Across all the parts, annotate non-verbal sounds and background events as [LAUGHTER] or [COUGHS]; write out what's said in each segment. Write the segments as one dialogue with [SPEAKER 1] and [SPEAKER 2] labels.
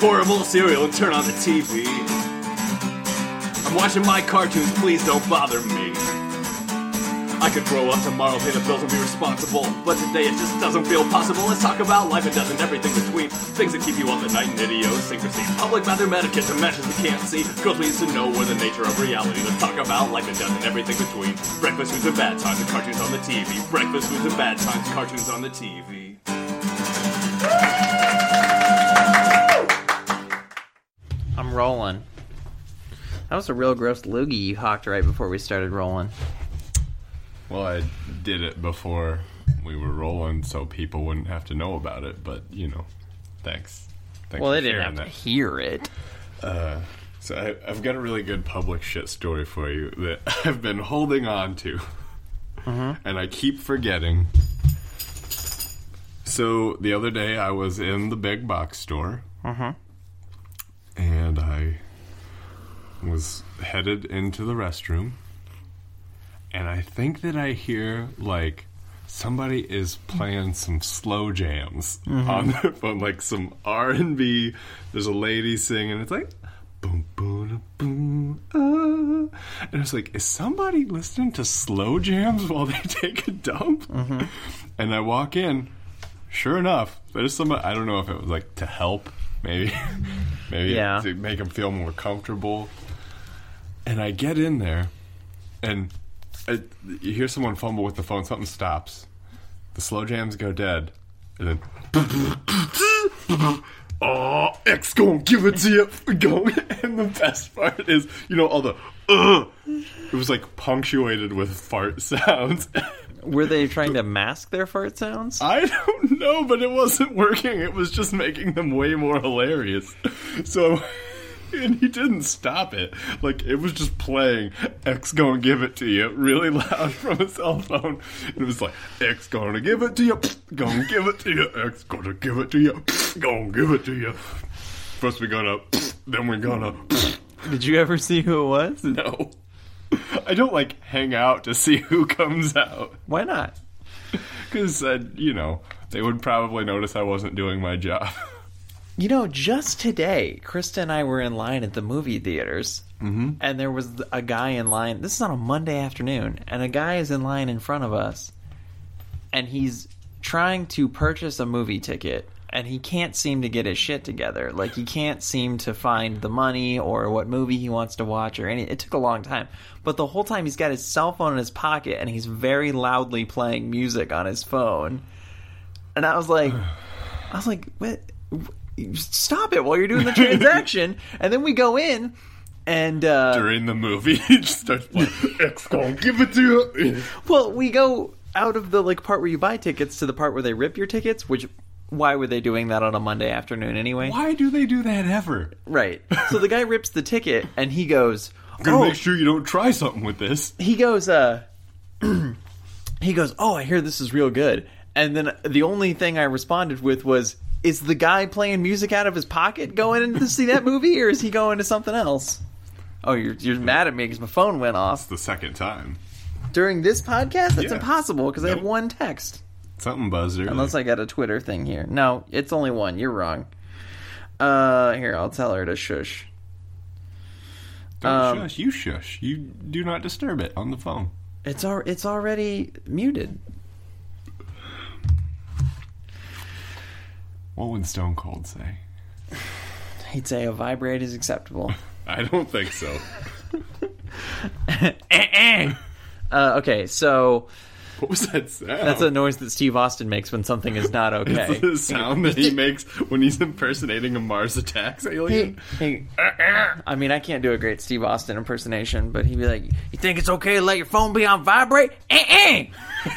[SPEAKER 1] Pour a bowl of cereal and turn on the TV. I'm watching my cartoons, please don't bother me. I could grow up tomorrow, pay the bills, and be responsible. But today it just doesn't feel possible. Let's talk about life and death and everything between. Things that keep you up at night and idiosyncrasy. Public bathroom etiquette to matches we can't see. Girls we used to know were the nature of reality. Let's talk about life and death and everything between. Breakfast foods and bad times and cartoons on the TV. Breakfast foods and bad times, cartoons on the TV.
[SPEAKER 2] I'm rolling. That was a real gross loogie you hawked right before we started rolling.
[SPEAKER 3] Well, I did it before we were rolling, so people wouldn't have to know about it. But you know, thanks. thanks
[SPEAKER 2] Well, they
[SPEAKER 3] for
[SPEAKER 2] didn't have
[SPEAKER 3] sharing
[SPEAKER 2] to
[SPEAKER 3] that.
[SPEAKER 2] hear it.
[SPEAKER 3] So I, I've got a really good public shit story for you that [LAUGHS] I've been holding on to,
[SPEAKER 2] Mm-hmm.
[SPEAKER 3] and I keep forgetting. So the other day I was in the big box store,
[SPEAKER 2] Mm-hmm.
[SPEAKER 3] and I was headed into the restroom, and I think that I hear like somebody is playing some slow jams on their phone, like some R and B. There's a lady singing. It's like boom, boom, boom, ah. and it's like, is somebody listening to slow jams while they [LAUGHS] take a dump? And I walk in. Sure enough, there's somebody. I don't know if it was like to help, maybe, [LAUGHS] maybe
[SPEAKER 2] Yeah.
[SPEAKER 3] to make him feel more comfortable. And I get in there, and I, you hear someone fumble with the phone. Something stops. The slow jams go dead, and then. [LAUGHS] Oh, X gonna give it to you. [LAUGHS] Go. And the best part is, you know, all the. Ugh. It was like punctuated with fart [LAUGHS] sounds.
[SPEAKER 2] Were they trying to mask their fart sounds?
[SPEAKER 3] I don't know, but it wasn't working. It was just making them way more hilarious. So, [LAUGHS] and he didn't stop it. Like, it was just playing X gonna give it to you really loud [LAUGHS] from a cell phone. And it was like, X gonna give it to you, [LAUGHS] gonna give it to you, X gonna give it to you, [LAUGHS] gonna give it to you. First we gonna, [LAUGHS] then we gonna, [LAUGHS]
[SPEAKER 2] Did you ever see who it was?
[SPEAKER 3] no. [LAUGHS] I don't like hang out to see [LAUGHS] who comes out.
[SPEAKER 2] Why not?
[SPEAKER 3] Because, uh, you know, they would probably notice I wasn't doing my job. [LAUGHS]
[SPEAKER 2] You know, just today, Krista and I were in line at the movie theaters, and there was a guy in line. This is on a Monday afternoon, and a guy is in line in front of us, and he's trying to purchase a movie ticket, and he can't seem to get his shit together. Like, he can't seem to find the money or what movie he wants to watch or any. It took a long time. But the whole time, he's got his cell phone in his pocket, and he's very loudly playing music on his phone. And I was like, I was like, what? Stop it while you're doing the transaction. and then we go in, and uh,
[SPEAKER 3] during the movie. [LAUGHS] He just starts playing, X gonna give it to you.
[SPEAKER 2] well, we go out of the like part where you buy tickets to the part where they rip your tickets. Which, why were they doing that on a Monday afternoon anyway?
[SPEAKER 3] Why do they do that ever?
[SPEAKER 2] Right. So the guy rips the ticket, and he goes,
[SPEAKER 3] [LAUGHS] Gotta
[SPEAKER 2] "Oh,
[SPEAKER 3] make sure you don't try something with this.
[SPEAKER 2] he goes uh [CLEARS THROAT] he goes oh i hear this is real good and then the only thing i responded with was is the guy playing music out of his pocket going in to see that movie or is he going to something else oh you're, you're mad at me because my phone went off
[SPEAKER 3] The second time.
[SPEAKER 2] during this podcast that's
[SPEAKER 3] Yeah.
[SPEAKER 2] impossible because i have
[SPEAKER 3] Nope.
[SPEAKER 2] one text
[SPEAKER 3] Something buzzed early.
[SPEAKER 2] unless i got a twitter thing here no it's only one you're wrong uh here i'll tell her to shush
[SPEAKER 3] don't
[SPEAKER 2] um,
[SPEAKER 3] shush. You shush. You do not disturb it on the phone.
[SPEAKER 2] It's al- it's already muted.
[SPEAKER 3] What would Stone Cold say?
[SPEAKER 2] He'd say a vibrate is acceptable.
[SPEAKER 3] I don't think so.
[SPEAKER 2] [LAUGHS]
[SPEAKER 3] [LAUGHS]
[SPEAKER 2] Uh, okay, so
[SPEAKER 3] what was that sound?
[SPEAKER 2] That's
[SPEAKER 3] [LAUGHS]
[SPEAKER 2] a noise that Steve Austin makes when something [LAUGHS] is not okay.
[SPEAKER 3] It's the sound that he makes when he's impersonating a Mars attacks
[SPEAKER 2] Hey,
[SPEAKER 3] alien.
[SPEAKER 2] hey, [LAUGHS] I mean, I can't do a great Steve Austin impersonation, but he'd be like, "You think it's okay to let your phone be on vibrate?" Eh, eh."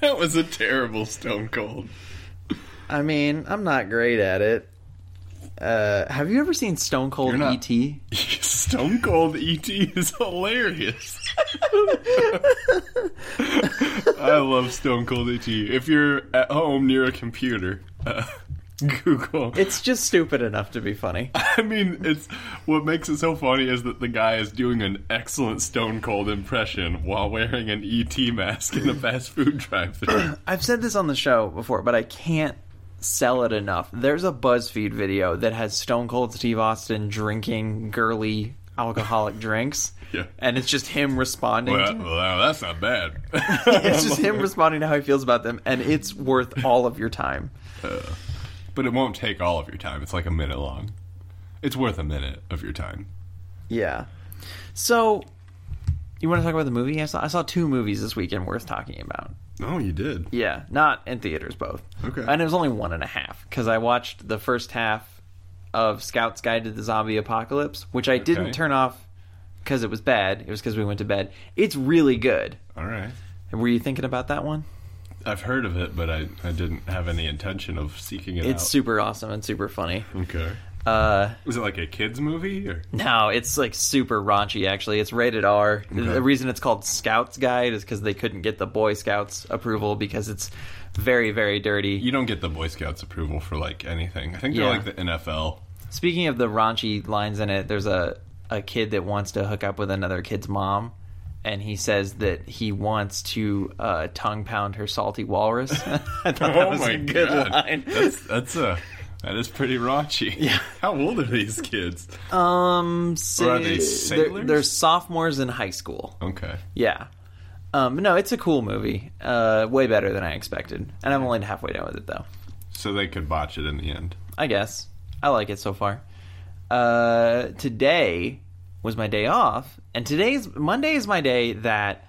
[SPEAKER 3] That was a terrible Stone Cold.
[SPEAKER 2] I mean, I'm not great at it. Uh, have you ever seen Stone Cold E
[SPEAKER 3] You're not-
[SPEAKER 2] ET?
[SPEAKER 3] [LAUGHS] Stone Cold ET is hilarious. I love Stone Cold ET. If you're at home near a computer, uh, [LAUGHS] Google.
[SPEAKER 2] It's just stupid enough to be funny.
[SPEAKER 3] I mean, it's what makes it so funny is that the guy is doing an excellent Stone Cold impression while wearing an E ET mask in a fast food drive-thru.
[SPEAKER 2] [COUGHS] I've said this on the show before, but I can't sell it enough. There's a BuzzFeed video that has Stone Cold Steve Austin drinking girly alcoholic drinks.
[SPEAKER 3] [LAUGHS] Yeah.
[SPEAKER 2] And it's just him responding.
[SPEAKER 3] Well,
[SPEAKER 2] to-
[SPEAKER 3] well, that's not bad.
[SPEAKER 2] [LAUGHS] it's just
[SPEAKER 3] [LAUGHS]
[SPEAKER 2] him responding to how he feels about them, and it's worth all of your time.
[SPEAKER 3] but it won't take all of your time. It's like a minute long. It's worth a minute of your time.
[SPEAKER 2] Yeah. So, you want to talk about the movie? I saw, I saw two movies this weekend worth talking about.
[SPEAKER 3] Oh, you did.
[SPEAKER 2] Yeah, not in theaters, both.
[SPEAKER 3] Okay.
[SPEAKER 2] And it was only one and a half because I watched the first half of Scout's Guide to the Zombie Apocalypse, which I
[SPEAKER 3] Okay.
[SPEAKER 2] didn't turn off because it was bad. It was because we went to bed. It's really good.
[SPEAKER 3] All right.
[SPEAKER 2] Were you thinking about that one?
[SPEAKER 3] I've heard of it, but I, I didn't have any intention of seeking it
[SPEAKER 2] It's
[SPEAKER 3] out.
[SPEAKER 2] super awesome and super funny.
[SPEAKER 3] okay.
[SPEAKER 2] Uh,
[SPEAKER 3] Was it like a kids movie or
[SPEAKER 2] No, it's like super raunchy. Actually, it's rated R. The-
[SPEAKER 3] Okay.
[SPEAKER 2] The reason it's called Scouts Guide is because they couldn't get the Boy Scouts approval because it's very, very dirty.
[SPEAKER 3] you don't get the Boy Scouts approval for like anything. I think they're
[SPEAKER 2] Yeah.
[SPEAKER 3] like the NFL.
[SPEAKER 2] Speaking of the raunchy lines in it, there's a a kid that wants to hook up with another kid's mom, and he says that he wants to uh, tongue pound her salty walrus. [LAUGHS] [LAUGHS] I thought that was a good line.
[SPEAKER 3] Oh That's that's a that is pretty raunchy. Yeah. [LAUGHS] How old are these kids?
[SPEAKER 2] Um,
[SPEAKER 3] Or are they
[SPEAKER 2] say- they're-
[SPEAKER 3] sailors?
[SPEAKER 2] they're sophomores in high school.
[SPEAKER 3] Okay.
[SPEAKER 2] Oh. Yeah. Um, no, it's a cool movie. Uh, way better than I expected. And I'm only halfway down with it, though.
[SPEAKER 3] So they could botch it in the end.
[SPEAKER 2] I guess. I like it so far. Uh, today was my day off. And today's Monday is my day that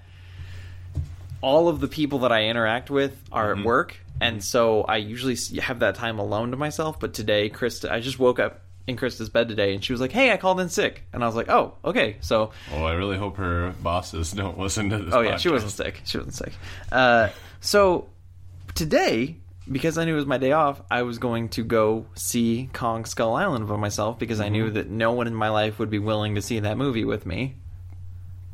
[SPEAKER 2] all of the people that I interact with are at work. And so I usually s- have that time alone to myself. But today, Krista, I just woke up in Krista's bed today and she was like, hey, I called in sick. And I was like, oh, okay. So
[SPEAKER 3] Well, Oh, I really hope her bosses don't listen to this.
[SPEAKER 2] Oh yeah, she
[SPEAKER 3] podcast.
[SPEAKER 2] wasn't sick. She wasn't sick. Uh, so today, because I knew it was my day off, I was going to go see Kong Skull Island by myself because I knew that no one in my life would be willing to see that movie with me.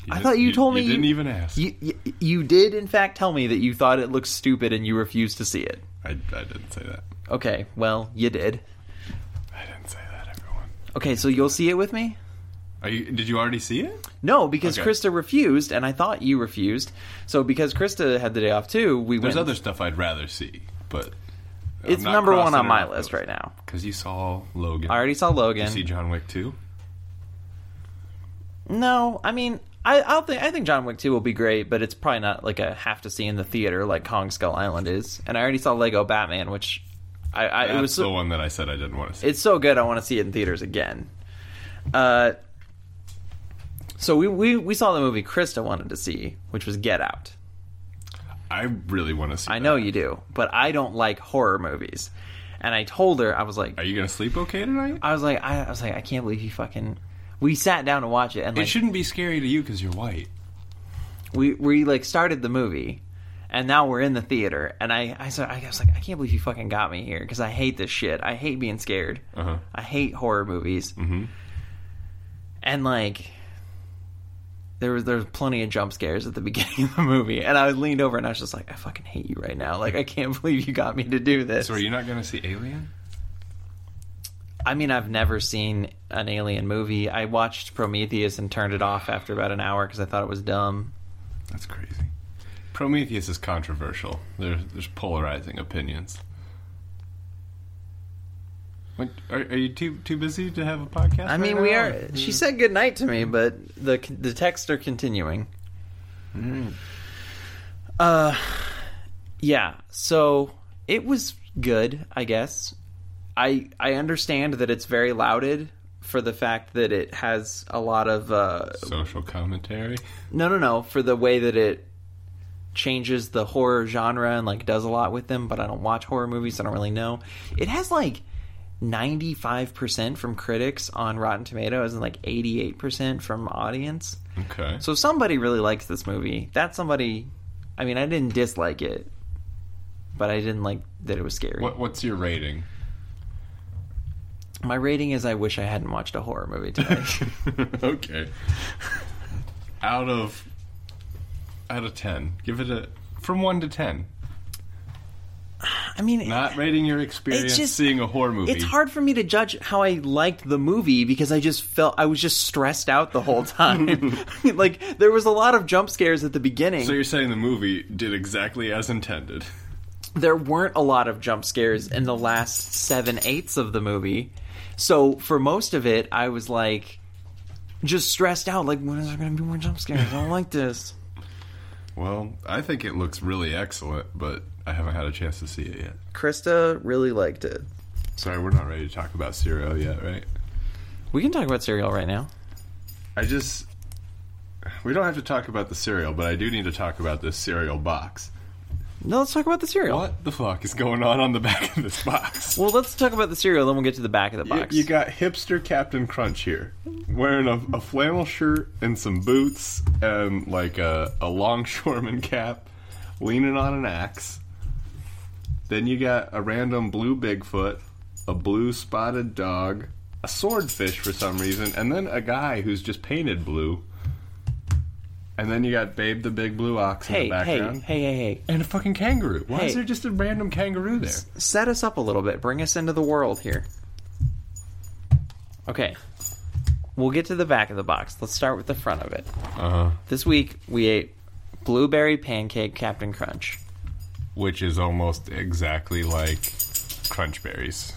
[SPEAKER 2] I
[SPEAKER 3] just-
[SPEAKER 2] thought you told me
[SPEAKER 3] you didn't even ask.
[SPEAKER 2] You, you you did in fact tell me that you thought it looked stupid and you refused to see it.
[SPEAKER 3] I, I didn't say that.
[SPEAKER 2] Okay, well you did.
[SPEAKER 3] I didn't say that, everyone.
[SPEAKER 2] Okay, so you'll see it with me.
[SPEAKER 3] Are you, did you already see it?
[SPEAKER 2] No, because
[SPEAKER 3] Okay.
[SPEAKER 2] Krista refused, and I thought you refused. So because Krista had the day off too, we
[SPEAKER 3] There's
[SPEAKER 2] went.
[SPEAKER 3] other stuff I'd rather see, but
[SPEAKER 2] it's number one on my list right now.
[SPEAKER 3] Because you saw Logan.
[SPEAKER 2] I already saw Logan.
[SPEAKER 3] Did you see John Wick too.
[SPEAKER 2] No, I mean, I I'll think, I think John Wick 2 will be great, but it's probably not like a have to see in the theater like Kong Skull Island is. And I already saw Lego Batman, which I, I
[SPEAKER 3] That's
[SPEAKER 2] it was
[SPEAKER 3] the
[SPEAKER 2] so,
[SPEAKER 3] one that I said I didn't want to see.
[SPEAKER 2] it's so good. I want to see it in theaters again. Uh, so we, we we saw the movie Krista wanted to see, which was Get Out.
[SPEAKER 3] I really want to see.
[SPEAKER 2] I
[SPEAKER 3] that.
[SPEAKER 2] know you do, but I don't like horror movies. And I told her I was like
[SPEAKER 3] Are you gonna sleep okay tonight?
[SPEAKER 2] I was like I, I was like I can't believe you fucking. We sat down to watch it, and
[SPEAKER 3] it
[SPEAKER 2] like,
[SPEAKER 3] shouldn't be scary to you because you're white.
[SPEAKER 2] we we like started the movie and now we're in the theater and i i, said, I was like i can't believe you fucking got me here because i hate this shit i hate being scared
[SPEAKER 3] Uh-huh.
[SPEAKER 2] i hate horror movies mm-hmm. and like there was there was plenty of jump scares at the [LAUGHS] beginning of the movie and i leaned over and i was just like i fucking hate you right now like i can't [LAUGHS] believe you got me to do this
[SPEAKER 3] So are you not gonna see Alien?
[SPEAKER 2] i mean i've never seen an alien movie i watched prometheus and turned it off after about an hour because i thought it was dumb
[SPEAKER 3] That's crazy. Prometheus is controversial. There's there's polarizing opinions. Like, are, are you too too busy to have a podcast?
[SPEAKER 2] I mean,
[SPEAKER 3] right
[SPEAKER 2] we
[SPEAKER 3] now?
[SPEAKER 2] are. She said good night to me, but the the texts are continuing. Uh, yeah. So it was good, I guess. I I understand that it's very lauded for the fact that it has a lot of uh,
[SPEAKER 3] social commentary.
[SPEAKER 2] no, no, no, for the way that it changes the horror genre and like does a lot with them, but I don't watch horror movies, so I don't really know. It has like 95% from critics on Rotten Tomatoes and like 88% from audience.
[SPEAKER 3] Okay.
[SPEAKER 2] So if somebody really likes this movie, that somebody I mean, I didn't dislike it, but I didn't like that it was scary.
[SPEAKER 3] What what's your rating?
[SPEAKER 2] My rating is I wish I hadn't watched a horror movie
[SPEAKER 3] [LAUGHS]
[SPEAKER 2] today.
[SPEAKER 3] okay. out of out of ten, give it a from one to ten.
[SPEAKER 2] I mean,
[SPEAKER 3] Not rating your experience
[SPEAKER 2] It's just-
[SPEAKER 3] seeing a horror movie.
[SPEAKER 2] It's hard for me to judge how I liked the movie because I just felt I was just stressed out the whole
[SPEAKER 3] [LAUGHS]
[SPEAKER 2] time. [LAUGHS] like there was a lot of jump scares at the beginning.
[SPEAKER 3] So you're saying the movie did exactly as intended.
[SPEAKER 2] there weren't a lot of jump scares in the last seven eighths of the movie. So for most of it, I was like, just stressed out. Like, when is there going to be more jump scares? I don't like this.
[SPEAKER 3] Well, I think it looks really excellent, but I haven't had a chance to see it yet.
[SPEAKER 2] Krista really liked it.
[SPEAKER 3] Sorry, we're not ready to talk about Zero yet, right?
[SPEAKER 2] We can talk about cereal right now.
[SPEAKER 3] I just. We don't have to talk about the cereal, but I do need to talk about this cereal box.
[SPEAKER 2] No, let's talk about the cereal.
[SPEAKER 3] What the fuck is going on on the back of this box?
[SPEAKER 2] Well, let's talk about the cereal, then we'll get to the back of the
[SPEAKER 3] You,
[SPEAKER 2] box.
[SPEAKER 3] you got hipster Captain Crunch here, wearing a, a flannel shirt and some boots and like a, a longshoreman [LAUGHS] cap, leaning on an axe. Then you got a random blue Bigfoot, a blue spotted dog, a swordfish for some reason, and then a guy who's just painted blue. And then you got Babe the Big Blue Ox in
[SPEAKER 2] hey,
[SPEAKER 3] the
[SPEAKER 2] hey,
[SPEAKER 3] background.
[SPEAKER 2] hey, hey, hey.
[SPEAKER 3] And a fucking kangaroo. Why
[SPEAKER 2] Hey.
[SPEAKER 3] is there just a random kangaroo there?
[SPEAKER 2] Set us up a little bit. Bring us into the world here. Okay. We'll get to the back of the box. Let's start with the front of it.
[SPEAKER 3] Uh,
[SPEAKER 2] This week, we ate blueberry pancake Captain Crunch.
[SPEAKER 3] which is almost exactly like crunch berries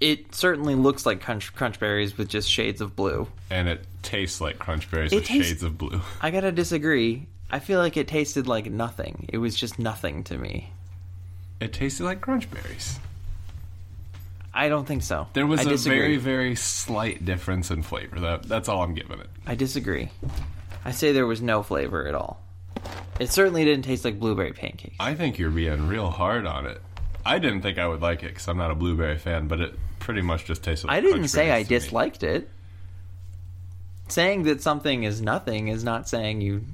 [SPEAKER 2] It certainly looks like crunch, crunch berries with just shades of blue.
[SPEAKER 3] and it tastes like crunch berries with
[SPEAKER 2] tastes-
[SPEAKER 3] shades of blue
[SPEAKER 2] I gotta disagree. I feel like it tasted like nothing. It was just nothing to me.
[SPEAKER 3] it tasted like crunch berries
[SPEAKER 2] I don't think so.
[SPEAKER 3] there was
[SPEAKER 2] I
[SPEAKER 3] a
[SPEAKER 2] disagree.
[SPEAKER 3] very very slight difference in flavor that, that's all i'm giving it
[SPEAKER 2] I disagree. I say there was no flavor at all. It certainly didn't taste like blueberry pancakes.
[SPEAKER 3] i think you're being real hard on it i didn't think i would like it because i'm not a blueberry fan but it pretty much just tasted like
[SPEAKER 2] I didn't
[SPEAKER 3] Crunch
[SPEAKER 2] say
[SPEAKER 3] Berries
[SPEAKER 2] I
[SPEAKER 3] to me.
[SPEAKER 2] disliked it. Saying that something is nothing is not saying you.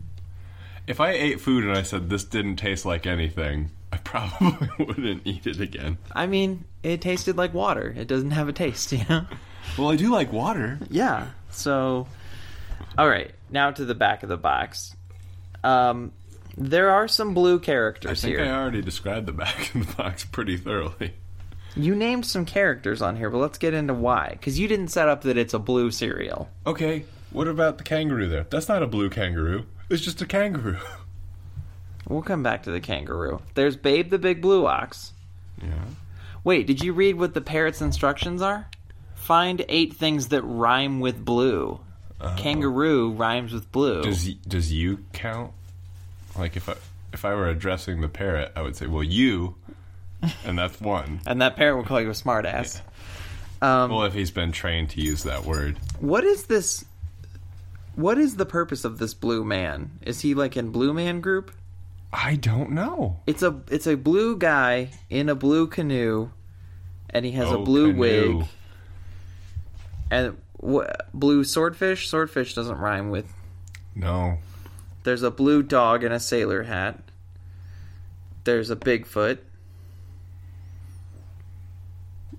[SPEAKER 3] if i ate food and i said this didn't taste like anything i [LAUGHS] probably wouldn't eat it again
[SPEAKER 2] I mean, it tasted like water. It doesn't have a taste, [LAUGHS] you know?
[SPEAKER 3] well i do like water
[SPEAKER 2] Yeah. So, all right. Now to the back of the box. Um, there are some blue
[SPEAKER 3] I
[SPEAKER 2] characters
[SPEAKER 3] think
[SPEAKER 2] here.
[SPEAKER 3] I already described the back of the box pretty thoroughly.
[SPEAKER 2] You named some characters on here, but let's get into why. Because you didn't set up that it's a blue cereal.
[SPEAKER 3] Okay, what about the kangaroo there? That's not a blue kangaroo. It's just a kangaroo.
[SPEAKER 2] We'll come back to the kangaroo. There's Babe the Big Blue Ox.
[SPEAKER 3] Yeah.
[SPEAKER 2] Wait, did you read what the parrot's instructions are? Find eight things that rhyme with blue. Kangaroo rhymes with blue.
[SPEAKER 3] [LAUGHS] Uh-huh. Does does you count? Like if I if I were addressing the parrot, I would say, "Well, you," and that's [LAUGHS] one.
[SPEAKER 2] and that parrot would call you a smartass.
[SPEAKER 3] Well, if he's been trained to use that word,
[SPEAKER 2] What is this? What is the purpose of this blue man? Is he like in Blue Man Group?
[SPEAKER 3] I don't know.
[SPEAKER 2] It's a it's a blue guy in a blue canoe, and he has a
[SPEAKER 3] Oh,
[SPEAKER 2] blue
[SPEAKER 3] canoe.
[SPEAKER 2] wig and wh- blue swordfish. Swordfish doesn't rhyme with.
[SPEAKER 3] No,
[SPEAKER 2] There's a blue dog in a sailor hat. There's a Bigfoot.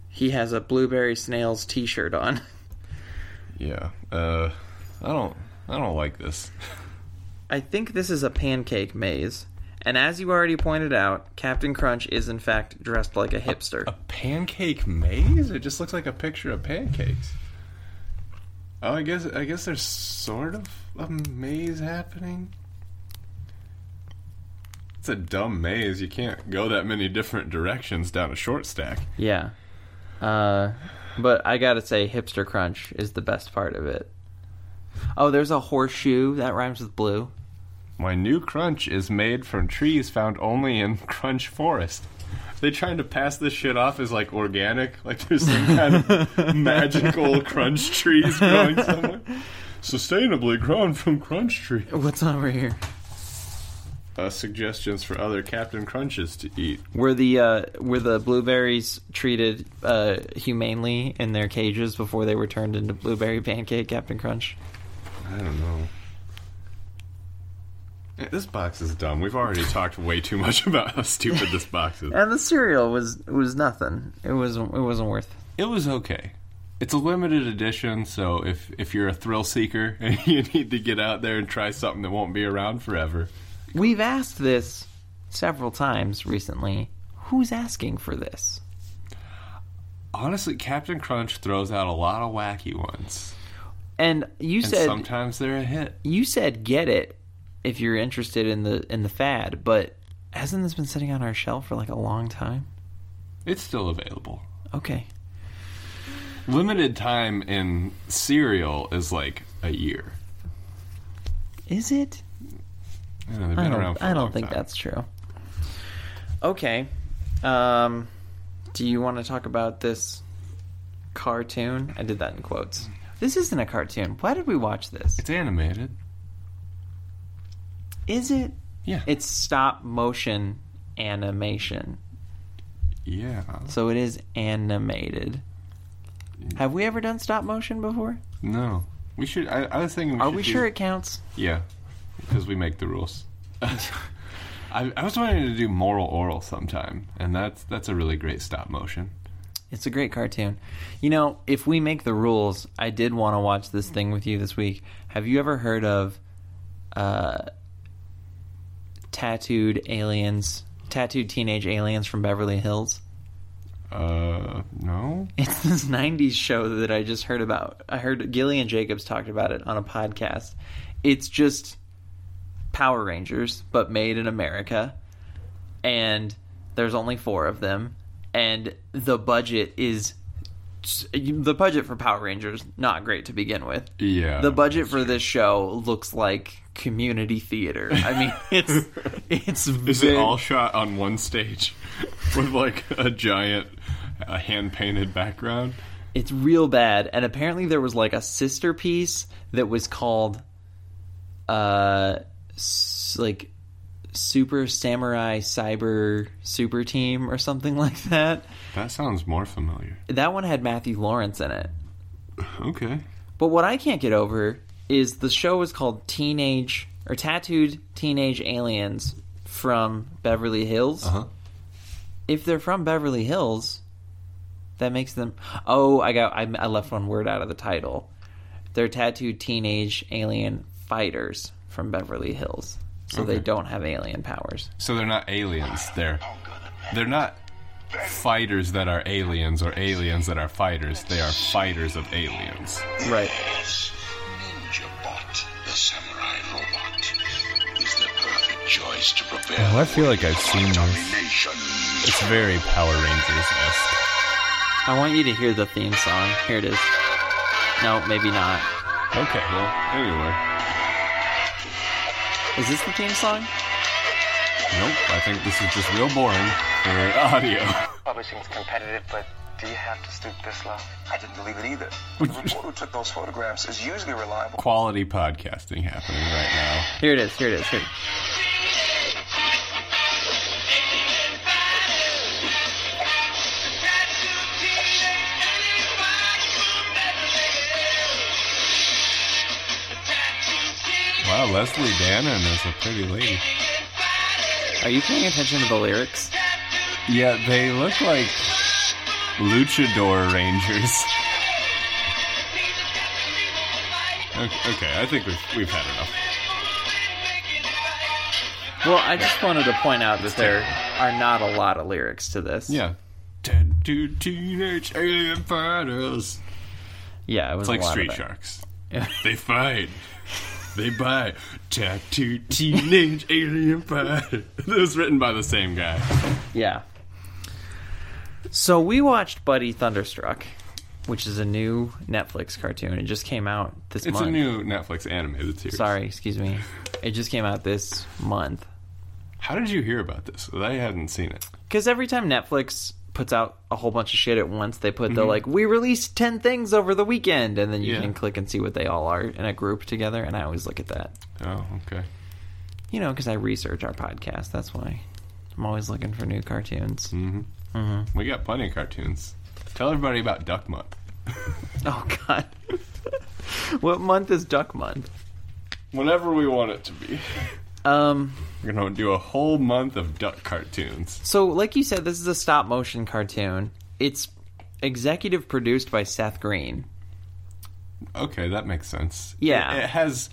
[SPEAKER 2] He has a blueberry snails T-shirt on. [LAUGHS]
[SPEAKER 3] yeah. Uh, I don't. I don't like this.
[SPEAKER 2] I think this is a pancake maze. And as you already pointed out, Captain Crunch is in fact dressed like a hipster.
[SPEAKER 3] [LAUGHS] A pancake maze? It just looks like a picture of pancakes. Oh, I guess I guess there's sort of a maze happening. It's a dumb maze. You can't go that many different directions down a short stack.
[SPEAKER 2] Yeah. Uh, but I gotta say, Hipster Crunch is the best part of it. Oh, there's a horseshoe that rhymes with blue.
[SPEAKER 3] My new crunch is made from trees found only in [LAUGHS] Crunch Forest. They trying to pass this shit off as like organic, like there's some kind of magical crunch trees growing somewhere. Sustainably grown from crunch trees.
[SPEAKER 2] What's over here?
[SPEAKER 3] uh, suggestions for other Captain Crunches to eat.
[SPEAKER 2] Were the uh, were the blueberries treated uh, humanely in their cages before they were turned into blueberry pancake, Captain Crunch?
[SPEAKER 3] I don't know. Eh, This box is dumb. We've [LAUGHS] already talked way too much about how stupid this box is.
[SPEAKER 2] And the cereal was was nothing. It wasn't it wasn't worth.
[SPEAKER 3] It was okay. It's a limited edition, so if if you're a thrill seeker [LAUGHS] and you need to get out there and try something that won't be around forever,
[SPEAKER 2] We've asked this several times recently. Who's asking for this?
[SPEAKER 3] honestly, Captain Crunch throws out a lot of wacky ones,
[SPEAKER 2] And you
[SPEAKER 3] and
[SPEAKER 2] said
[SPEAKER 3] sometimes they're a hit.
[SPEAKER 2] you said get it if you're interested in the in the fad, but hasn't this been sitting on our shelf for like a long time?
[SPEAKER 3] It's still available.
[SPEAKER 2] Okay.
[SPEAKER 3] Limited time in cereal is like a year.
[SPEAKER 2] Is it?
[SPEAKER 3] You know, they've been
[SPEAKER 2] I
[SPEAKER 3] around
[SPEAKER 2] don't,
[SPEAKER 3] for
[SPEAKER 2] I
[SPEAKER 3] a
[SPEAKER 2] don't
[SPEAKER 3] long
[SPEAKER 2] think
[SPEAKER 3] time.
[SPEAKER 2] that's true. Okay. Um, do you want to talk about this cartoon? I did that in quotes. This isn't a cartoon. Why did we watch this?
[SPEAKER 3] It's animated.
[SPEAKER 2] Is it?
[SPEAKER 3] Yeah.
[SPEAKER 2] It's stop motion animation.
[SPEAKER 3] yeah.
[SPEAKER 2] So it is animated.
[SPEAKER 3] Mm.
[SPEAKER 2] Have we ever done stop motion before?
[SPEAKER 3] No. We should. I, I was thinking. We
[SPEAKER 2] Are
[SPEAKER 3] should
[SPEAKER 2] we
[SPEAKER 3] do-
[SPEAKER 2] sure it counts?
[SPEAKER 3] Yeah. Because we make
[SPEAKER 2] [LAUGHS]
[SPEAKER 3] the rules. I, I was wanting to do moral oral sometime, and that's that's a really great stop motion.
[SPEAKER 2] It's a great cartoon. You know, if we make the rules, I did want to watch this thing with you this week. Have you ever heard of uh, tattooed aliens, tattooed teenage aliens from Beverly Hills?
[SPEAKER 3] Uh, no.
[SPEAKER 2] It's this 90s show that I just heard about. I heard Gillian Jacobs talked about it on a podcast. It's just Power Rangers, but made in America. And there's only four of them. And the budget is. The budget for Power Rangers, not great to begin with.
[SPEAKER 3] Yeah.
[SPEAKER 2] The budget for this show looks like community theater. I
[SPEAKER 3] [LAUGHS]
[SPEAKER 2] mean, it's. it's
[SPEAKER 3] Is it all shot on one stage [LAUGHS] with like a giant a hand painted background?
[SPEAKER 2] It's real bad. And apparently there was like a sister piece that was called uh s- like Super Samurai Cyber Super Team or something [LAUGHS] like that.
[SPEAKER 3] That sounds more familiar.
[SPEAKER 2] That one had Matthew Lawrence in it.
[SPEAKER 3] Okay.
[SPEAKER 2] But what I can't get over is the show is called Teenage or Tattooed Teenage Aliens from Beverly Hills.
[SPEAKER 3] Uh-huh.
[SPEAKER 2] If they're from Beverly Hills, that makes them. Oh, I got. I, I left one word out of the title. They're tattooed teenage alien fighters from Beverly Hills, so they
[SPEAKER 3] Okay.
[SPEAKER 2] don't have alien powers.
[SPEAKER 3] So they're not aliens. They're they're not fighters that are aliens or aliens that are fighters. They are fighters of aliens.
[SPEAKER 2] Right.
[SPEAKER 4] Yes. Ninja Bot, the samurai robot, is the perfect choice to prepare
[SPEAKER 3] Oh, I feel like I've seen this.
[SPEAKER 4] nation.
[SPEAKER 3] It's very Power Rangers esque.
[SPEAKER 2] I want you to hear the theme song. Here it is. No, maybe not.
[SPEAKER 3] Okay. Well, anyway.
[SPEAKER 2] Is this the theme song?
[SPEAKER 3] Nope. I think this is just real boring for audio. [LAUGHS]
[SPEAKER 5] Publishing's competitive, but do you have to stoop this low?
[SPEAKER 6] I didn't believe it either. The reporter who took those photographs is usually reliable.
[SPEAKER 3] Quality podcasting happening right now.
[SPEAKER 2] Here it is. Here it is. Here. It is.
[SPEAKER 3] Wow, Leslie Dannon is a pretty lady.
[SPEAKER 2] Are you paying attention to the lyrics?
[SPEAKER 3] Yeah, they look like luchador rangers. Okay, okay, I think we've, we've had enough.
[SPEAKER 2] Well, I just wanted to point out that there are not a lot of lyrics to this.
[SPEAKER 3] Yeah. Tattoo teenage alien fighters.
[SPEAKER 2] Yeah, it was
[SPEAKER 3] It's like
[SPEAKER 2] a lot
[SPEAKER 3] street
[SPEAKER 2] of that.
[SPEAKER 3] sharks. They fight. They buy tattoo teenage [LAUGHS] alien fighters. It was written by the same guy.
[SPEAKER 2] [LAUGHS] Yeah. So we watched Buddy Thunderstruck, which is a new Netflix cartoon. It just came out this
[SPEAKER 3] It's
[SPEAKER 2] month.
[SPEAKER 3] a new Netflix animated series.
[SPEAKER 2] Sorry, excuse me. It just came out this month.
[SPEAKER 3] How did you hear about this? I hadn't seen it.
[SPEAKER 2] Because every time Netflix puts out a whole bunch of shit at once, they put the like, we released 10 things over the weekend, and then you
[SPEAKER 3] Mm-hmm. Yeah.
[SPEAKER 2] can click and see what they all are in a group together, and I always look at that.
[SPEAKER 3] Oh, okay.
[SPEAKER 2] You know, because I research our podcast. That's why I'm always looking for new cartoons.
[SPEAKER 3] Mm. We got plenty of cartoons. Tell everybody about Duck Month.
[SPEAKER 2] [LAUGHS] Oh, God. [LAUGHS] what month is Duck Month?
[SPEAKER 3] Whenever we want it to be.
[SPEAKER 2] [LAUGHS] Um,
[SPEAKER 3] We're gonna do a whole month of duck cartoons.
[SPEAKER 2] so, like you said, this is a stop motion cartoon. It's executive produced by Seth Green.
[SPEAKER 3] Okay, that makes sense.
[SPEAKER 2] Yeah.
[SPEAKER 3] It, it has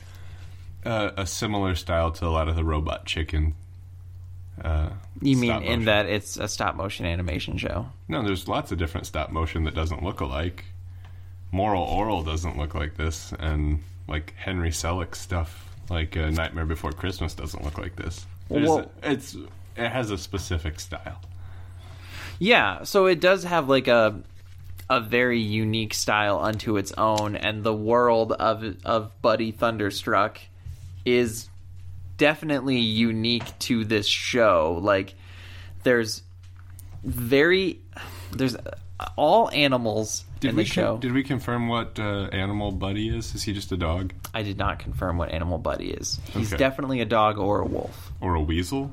[SPEAKER 3] uh, a similar style to a lot of the Robot Chicken. Uh,
[SPEAKER 2] You mean
[SPEAKER 3] stop
[SPEAKER 2] in
[SPEAKER 3] motion.
[SPEAKER 2] that it's a stop motion animation show?
[SPEAKER 3] No, there's lots of different stop motion that doesn't look alike. Moral Oral doesn't look like this, and like Henry Selick stuff, like uh, Nightmare Before Christmas, doesn't look like this. There's-
[SPEAKER 2] Well-
[SPEAKER 3] it's it has a specific style.
[SPEAKER 2] Yeah, so it does have like a a very unique style unto its own, and the world of of Buddy Thunderstruck is definitely unique to this show. Like, there's very there's uh, all animals
[SPEAKER 3] Did
[SPEAKER 2] in
[SPEAKER 3] we
[SPEAKER 2] the
[SPEAKER 3] con-
[SPEAKER 2] show.
[SPEAKER 3] did we confirm what uh, animal Buddy is? Is he just a dog
[SPEAKER 2] I did not confirm what animal Buddy is. He's
[SPEAKER 3] Okay.
[SPEAKER 2] definitely a dog or a wolf.
[SPEAKER 3] or a weasel?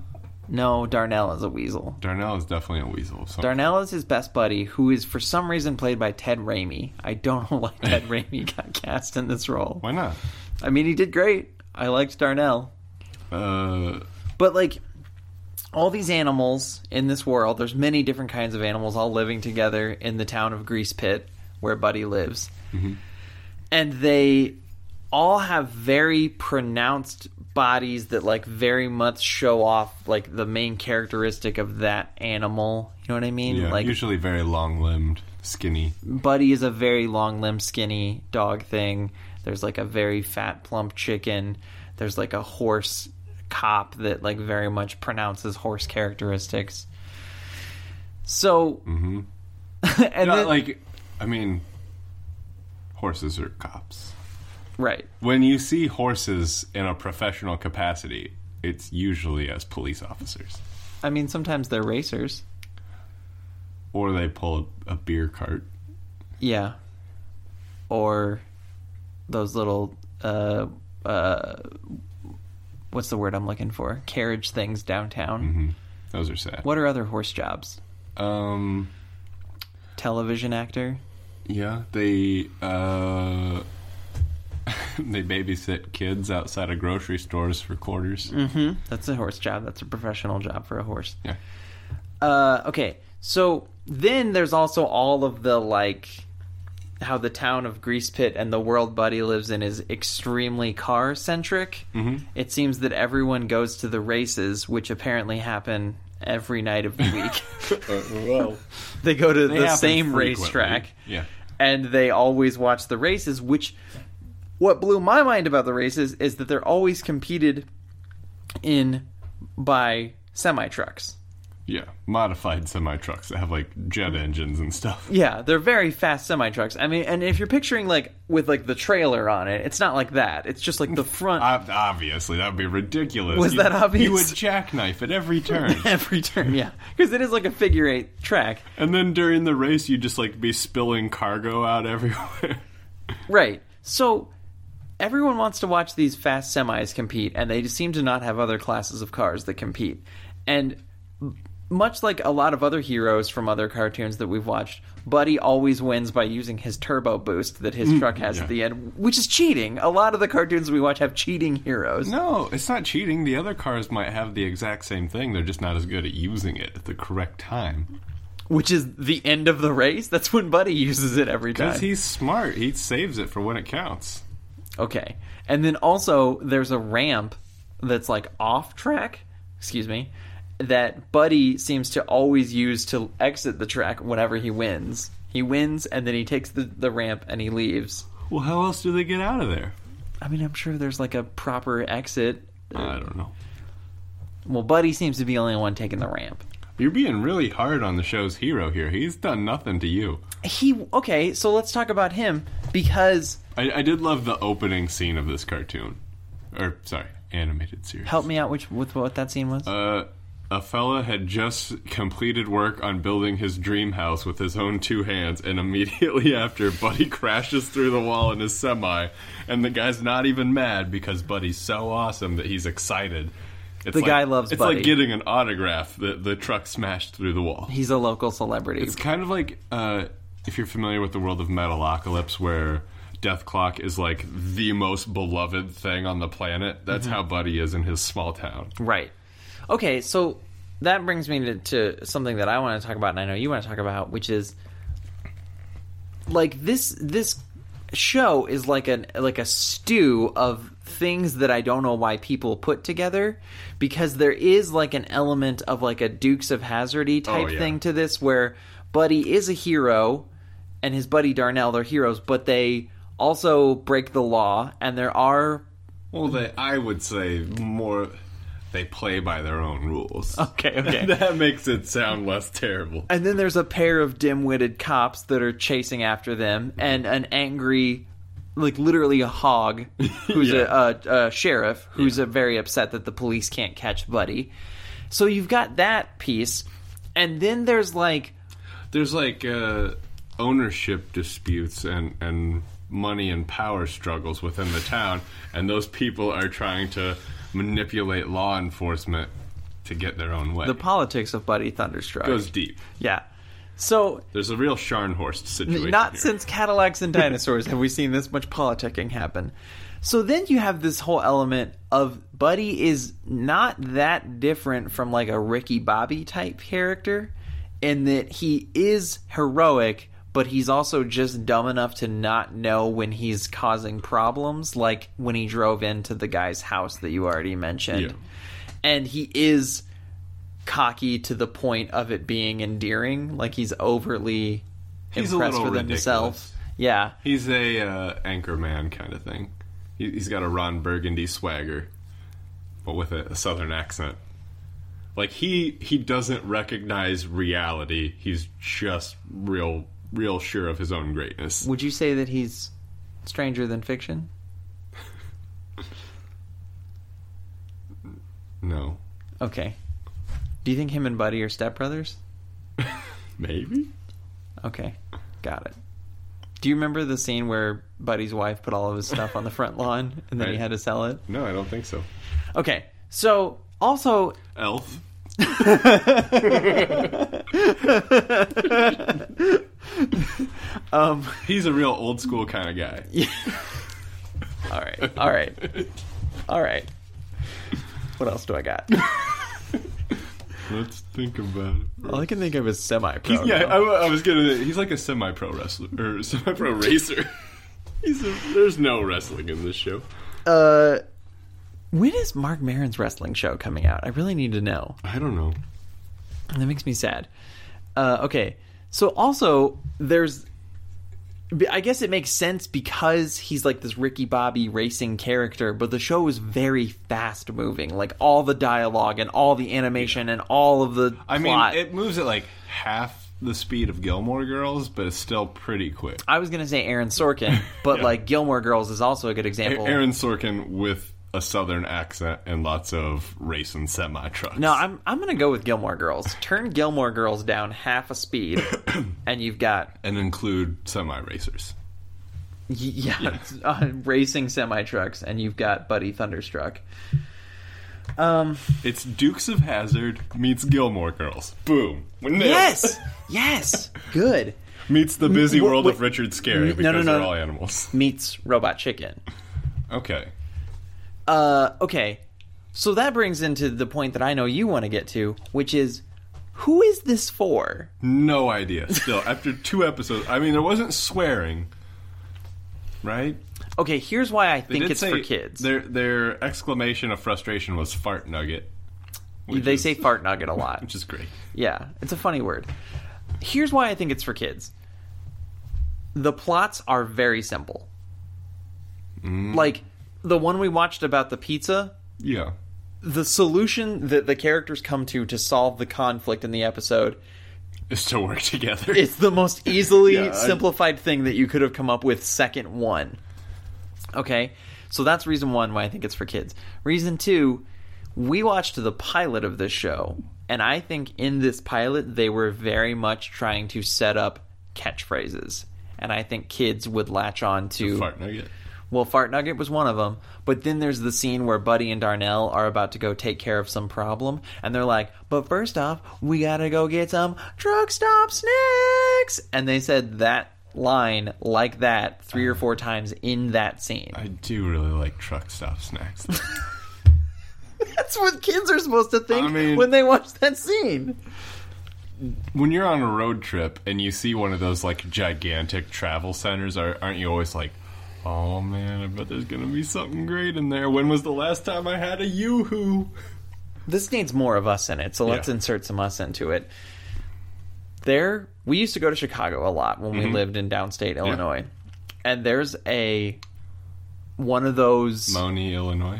[SPEAKER 2] No, Darnell is a weasel.
[SPEAKER 3] Darnell is definitely a weasel. So
[SPEAKER 2] Darnell is his best buddy, who is for some reason played by Ted Raimi. I don't [LAUGHS] know why Ted Raimi got cast in this role.
[SPEAKER 3] why not?
[SPEAKER 2] I mean, he did great. I liked Darnell.
[SPEAKER 3] Uh,
[SPEAKER 2] But, like, all these animals in this world, there's many different kinds of animals all living together in the town of Grease Pit, where Buddy lives. And they all have very pronounced bodies that, like, very much show off, like, the main characteristic of that animal. You know what I mean?
[SPEAKER 3] yeah,
[SPEAKER 2] like,
[SPEAKER 3] usually very long-limbed, skinny.
[SPEAKER 2] Buddy is a very long limbed, skinny dog thing. There's like a very fat, plump chicken. There's like a horse cop that like very much pronounces horse characteristics. So, [LAUGHS] and
[SPEAKER 3] Not
[SPEAKER 2] then-
[SPEAKER 3] like, I mean, horses are cops.
[SPEAKER 2] right,
[SPEAKER 3] When you see horses in a professional capacity, it's usually as police officers,
[SPEAKER 2] I mean, sometimes they're racers.
[SPEAKER 3] or they pull a, a beer cart.
[SPEAKER 2] Yeah, or those little uh, uh, what's the word I'm looking for? Carriage things downtown.
[SPEAKER 3] Those are sad.
[SPEAKER 2] What are other horse jobs?
[SPEAKER 3] Um,
[SPEAKER 2] Television actor.
[SPEAKER 3] yeah, they uh, [LAUGHS] they babysit kids outside of grocery stores for quarters.
[SPEAKER 2] Mm. That's a horse job. That's a professional job for a horse.
[SPEAKER 3] Yeah.
[SPEAKER 2] Uh, okay. So then there's also all of the like how the town of Grease Pit and the world Buddy lives in is extremely car centric. Mm-hmm. It seems that everyone goes to the races, which apparently happen every night of the [LAUGHS] week.
[SPEAKER 3] well,
[SPEAKER 2] they go to the same racetrack
[SPEAKER 3] Yeah.
[SPEAKER 2] and they always watch the races which what blew my mind about the races is that they're always competed in by semi trucks
[SPEAKER 3] Yeah, modified semi trucks that have like jet engines and stuff.
[SPEAKER 2] yeah they're very fast semi trucks i mean and if you're picturing like with like the trailer on it it's not like that it's just like the front
[SPEAKER 3] Ob- Obviously, that would be ridiculous.
[SPEAKER 2] Was that obvious?
[SPEAKER 3] You would jackknife at
[SPEAKER 2] [LAUGHS]
[SPEAKER 3] every turn,
[SPEAKER 2] [LAUGHS] every turn yeah because it is like a figure eight track
[SPEAKER 3] and then during the race, you'd just like be spilling cargo out everywhere. [LAUGHS]
[SPEAKER 2] Right. So everyone wants to watch these fast semis compete, and they just seem to not have other classes of cars that compete. And m- much like a lot of other heroes from other cartoons that we've watched, Buddy always wins by using his turbo boost that his truck has
[SPEAKER 3] yeah.
[SPEAKER 2] at the end, which is cheating. A lot of the cartoons we watch have cheating heroes.
[SPEAKER 3] No, it's not cheating. The other cars might have the exact same thing. They're just not as good at using it at the correct time.
[SPEAKER 2] Which is the end of the race? That's when Buddy uses it every time.
[SPEAKER 3] Because he's smart. He saves it for when it counts.
[SPEAKER 2] Okay. And then also there's a ramp that's like off track, excuse me, that Buddy seems to always use to exit the track whenever he wins. He wins and then he takes the, the ramp and he leaves.
[SPEAKER 3] Well, how else do they get out of there?
[SPEAKER 2] I mean, I'm sure there's like a proper exit.
[SPEAKER 3] I don't know.
[SPEAKER 2] Well, Buddy seems to be the only one taking the ramp.
[SPEAKER 3] You're being really hard on the show's hero here. He's done nothing to you.
[SPEAKER 2] He okay, so let's talk about him because
[SPEAKER 3] I, I did love the opening scene of this cartoon, or sorry, animated series.
[SPEAKER 2] help me out which with what that scene was.
[SPEAKER 3] Uh, a fella had just completed work on building his dream house with his own two hands, and immediately [LAUGHS] after, Buddy crashes through the wall in his semi, and the guy's not even mad because Buddy's so awesome that he's excited. It's
[SPEAKER 2] The guy loves
[SPEAKER 3] It's
[SPEAKER 2] Buddy.
[SPEAKER 3] like getting an autograph that the truck smashed through the wall.
[SPEAKER 2] He's a local celebrity.
[SPEAKER 3] It's kind of like uh, if you're familiar with the world of Metalocalypse, where Death Clock is like the most beloved thing on the planet. That's
[SPEAKER 2] Mm-hmm.
[SPEAKER 3] how Buddy is in his small town.
[SPEAKER 2] Right. Okay, so that brings me to, to something that I want to talk about, and I know you want to talk about, which is like this this show is like an like a stew of things that I don't know why people put together because there is like an element of like a Dukes of Hazardy type
[SPEAKER 3] yeah.
[SPEAKER 2] thing to this where Buddy is a hero and his buddy Darnell they're heroes, but they also break the law and there are
[SPEAKER 3] Well, they, I would say more. They play by their own rules.
[SPEAKER 2] [LAUGHS] Okay, okay.
[SPEAKER 3] [LAUGHS] that makes it sound less terrible.
[SPEAKER 2] And then there's a pair of dim-witted cops that are chasing after them, and an angry, like literally a
[SPEAKER 3] [LAUGHS]
[SPEAKER 2] hog, who's
[SPEAKER 3] Yeah.
[SPEAKER 2] a, a, a sheriff, who's uh very upset that the police can't catch Buddy. So you've got that piece, and then there's like
[SPEAKER 3] There's like uh, ownership disputes and and money and power struggles within the town, and those people are trying to manipulate law enforcement to get their own way.
[SPEAKER 2] the politics of Buddy Thunderstruck.
[SPEAKER 3] goes deep.
[SPEAKER 2] yeah. So
[SPEAKER 3] There's a real Scharnhorst situation.
[SPEAKER 2] Not
[SPEAKER 3] here.
[SPEAKER 2] since Cadillacs and dinosaurs have we seen this much politicking happen. So then you have this whole element of Buddy is not that different from like a Ricky Bobby type character in that he is heroic, but he's also just dumb enough to not know when he's causing problems, like when he drove into the guy's house that you already mentioned.
[SPEAKER 3] Yeah.
[SPEAKER 2] And he is cocky to the point of it being endearing. Like he's overly
[SPEAKER 3] He's a
[SPEAKER 2] impressed
[SPEAKER 3] little
[SPEAKER 2] with
[SPEAKER 3] ridiculous.
[SPEAKER 2] himself. Yeah.
[SPEAKER 3] He's a uh, anchor man kind of thing. He, he's got a Ron Burgundy swagger, but with a, a southern accent. Like he he doesn't recognize reality. He's just real real sure of his own greatness.
[SPEAKER 2] Would you say that he's stranger than fiction?
[SPEAKER 3] No,
[SPEAKER 2] Okay. Do you think him and Buddy are stepbrothers?
[SPEAKER 3] maybe.
[SPEAKER 2] Okay. Got it. Do you remember the scene where Buddy's wife put all of his stuff on the front lawn and then he
[SPEAKER 3] Right.
[SPEAKER 2] had to sell it?
[SPEAKER 3] No, I don't think so.
[SPEAKER 2] Okay. So, also,
[SPEAKER 3] Elf.
[SPEAKER 2] [LAUGHS]
[SPEAKER 3] [LAUGHS]
[SPEAKER 2] um,
[SPEAKER 3] He's a real old school kind of guy.
[SPEAKER 2] all right. All right.
[SPEAKER 3] [LAUGHS]
[SPEAKER 2] All right. What else do I got?
[SPEAKER 3] Let's think about it.
[SPEAKER 2] All I can think of is semi pro.
[SPEAKER 3] Yeah, I, I was gonna. He's like a semi-pro wrestler or [LAUGHS] semi-pro racer. He's a, there's no wrestling in this show.
[SPEAKER 2] Uh, when is Mark Maron's wrestling show coming out? I really need to know.
[SPEAKER 3] I don't know.
[SPEAKER 2] That makes me sad. Uh, okay, so also there's, I guess it makes sense because he's like this Ricky Bobby racing character, but the show is very fast moving. Like all the dialogue and all the animation and all of the
[SPEAKER 3] I mean,
[SPEAKER 2] plot.
[SPEAKER 3] it moves at like half the speed of Gilmore Girls, but it's still pretty quick.
[SPEAKER 2] I was gonna say Aaron
[SPEAKER 3] [LAUGHS]
[SPEAKER 2] Sorkin, but like Gilmore Girls is also a good example.
[SPEAKER 3] Aaron Sorkin with a southern accent and lots of racing semi trucks.
[SPEAKER 2] No, I'm I'm gonna go with Gilmore Girls. Turn Gilmore Girls down half a
[SPEAKER 3] [COUGHS]
[SPEAKER 2] speed, and you've got
[SPEAKER 3] and include semi racers.
[SPEAKER 2] y- yeah, [LAUGHS] uh, racing semi trucks, and you've got Buddy Thunderstruck. Um.
[SPEAKER 3] It's Dukes of Hazard meets Gilmore Girls. Boom. Nailed it.
[SPEAKER 2] Yes. Yes. Good.
[SPEAKER 3] meets the busy
[SPEAKER 2] Wait,
[SPEAKER 3] world of
[SPEAKER 2] wait.
[SPEAKER 3] Richard Scarry
[SPEAKER 2] No,
[SPEAKER 3] because
[SPEAKER 2] no, no,
[SPEAKER 3] they're
[SPEAKER 2] no.
[SPEAKER 3] all animals.
[SPEAKER 2] Meets Robot Chicken.
[SPEAKER 3] Okay.
[SPEAKER 2] Uh. Okay. So that brings into the point that I know you want to get to, which is, who is this for?
[SPEAKER 3] No idea. Still, after two episodes, I mean, there wasn't swearing, right?
[SPEAKER 2] Okay. Here's why I
[SPEAKER 3] They
[SPEAKER 2] think
[SPEAKER 3] did
[SPEAKER 2] it's
[SPEAKER 3] say
[SPEAKER 2] for kids.
[SPEAKER 3] Their their exclamation of frustration was "fart nugget." which
[SPEAKER 2] They
[SPEAKER 3] is-
[SPEAKER 2] say fart nugget a lot.
[SPEAKER 3] [LAUGHS] which is great.
[SPEAKER 2] Yeah, it's a funny word. Here's why I think it's for kids. The plots are very simple.
[SPEAKER 3] Mm.
[SPEAKER 2] Like the one we watched about the pizza,
[SPEAKER 3] Yeah,
[SPEAKER 2] the solution that the characters come to to solve the conflict in the episode
[SPEAKER 3] is to work together.
[SPEAKER 2] it's the most easily
[SPEAKER 3] Yeah, I-
[SPEAKER 2] simplified thing that you could have come up with second one okay so that's reason one why i think it's for kids reason two we watched the pilot of this show and i think in this pilot they were very much trying to set up catchphrases and i think kids would latch on to
[SPEAKER 3] [LAUGHS] fart nugget.
[SPEAKER 2] well, Fart Nugget was one of them, but then there's the scene where Buddy and Darnell are about to go take care of some problem, and they're like, "But first off, we gotta go get some truck stop snacks," and they said that line like that three or four times in that scene.
[SPEAKER 3] I do really like truck stop snacks.
[SPEAKER 2] That's what kids are supposed to think
[SPEAKER 3] I mean-
[SPEAKER 2] when they watch that scene.
[SPEAKER 3] when you're on a road trip and you see one of those like gigantic travel centers, are, aren't you always like, "Oh man, I bet there's gonna be something great in there." When was the last time I had a yoo-hoo?
[SPEAKER 2] This needs more of us in it, so let's
[SPEAKER 3] Yeah.
[SPEAKER 2] insert some us into it. There, we used to go to Chicago a lot when
[SPEAKER 3] Mm-hmm.
[SPEAKER 2] we lived in downstate Illinois, and there's a one of those
[SPEAKER 3] Moni, Illinois.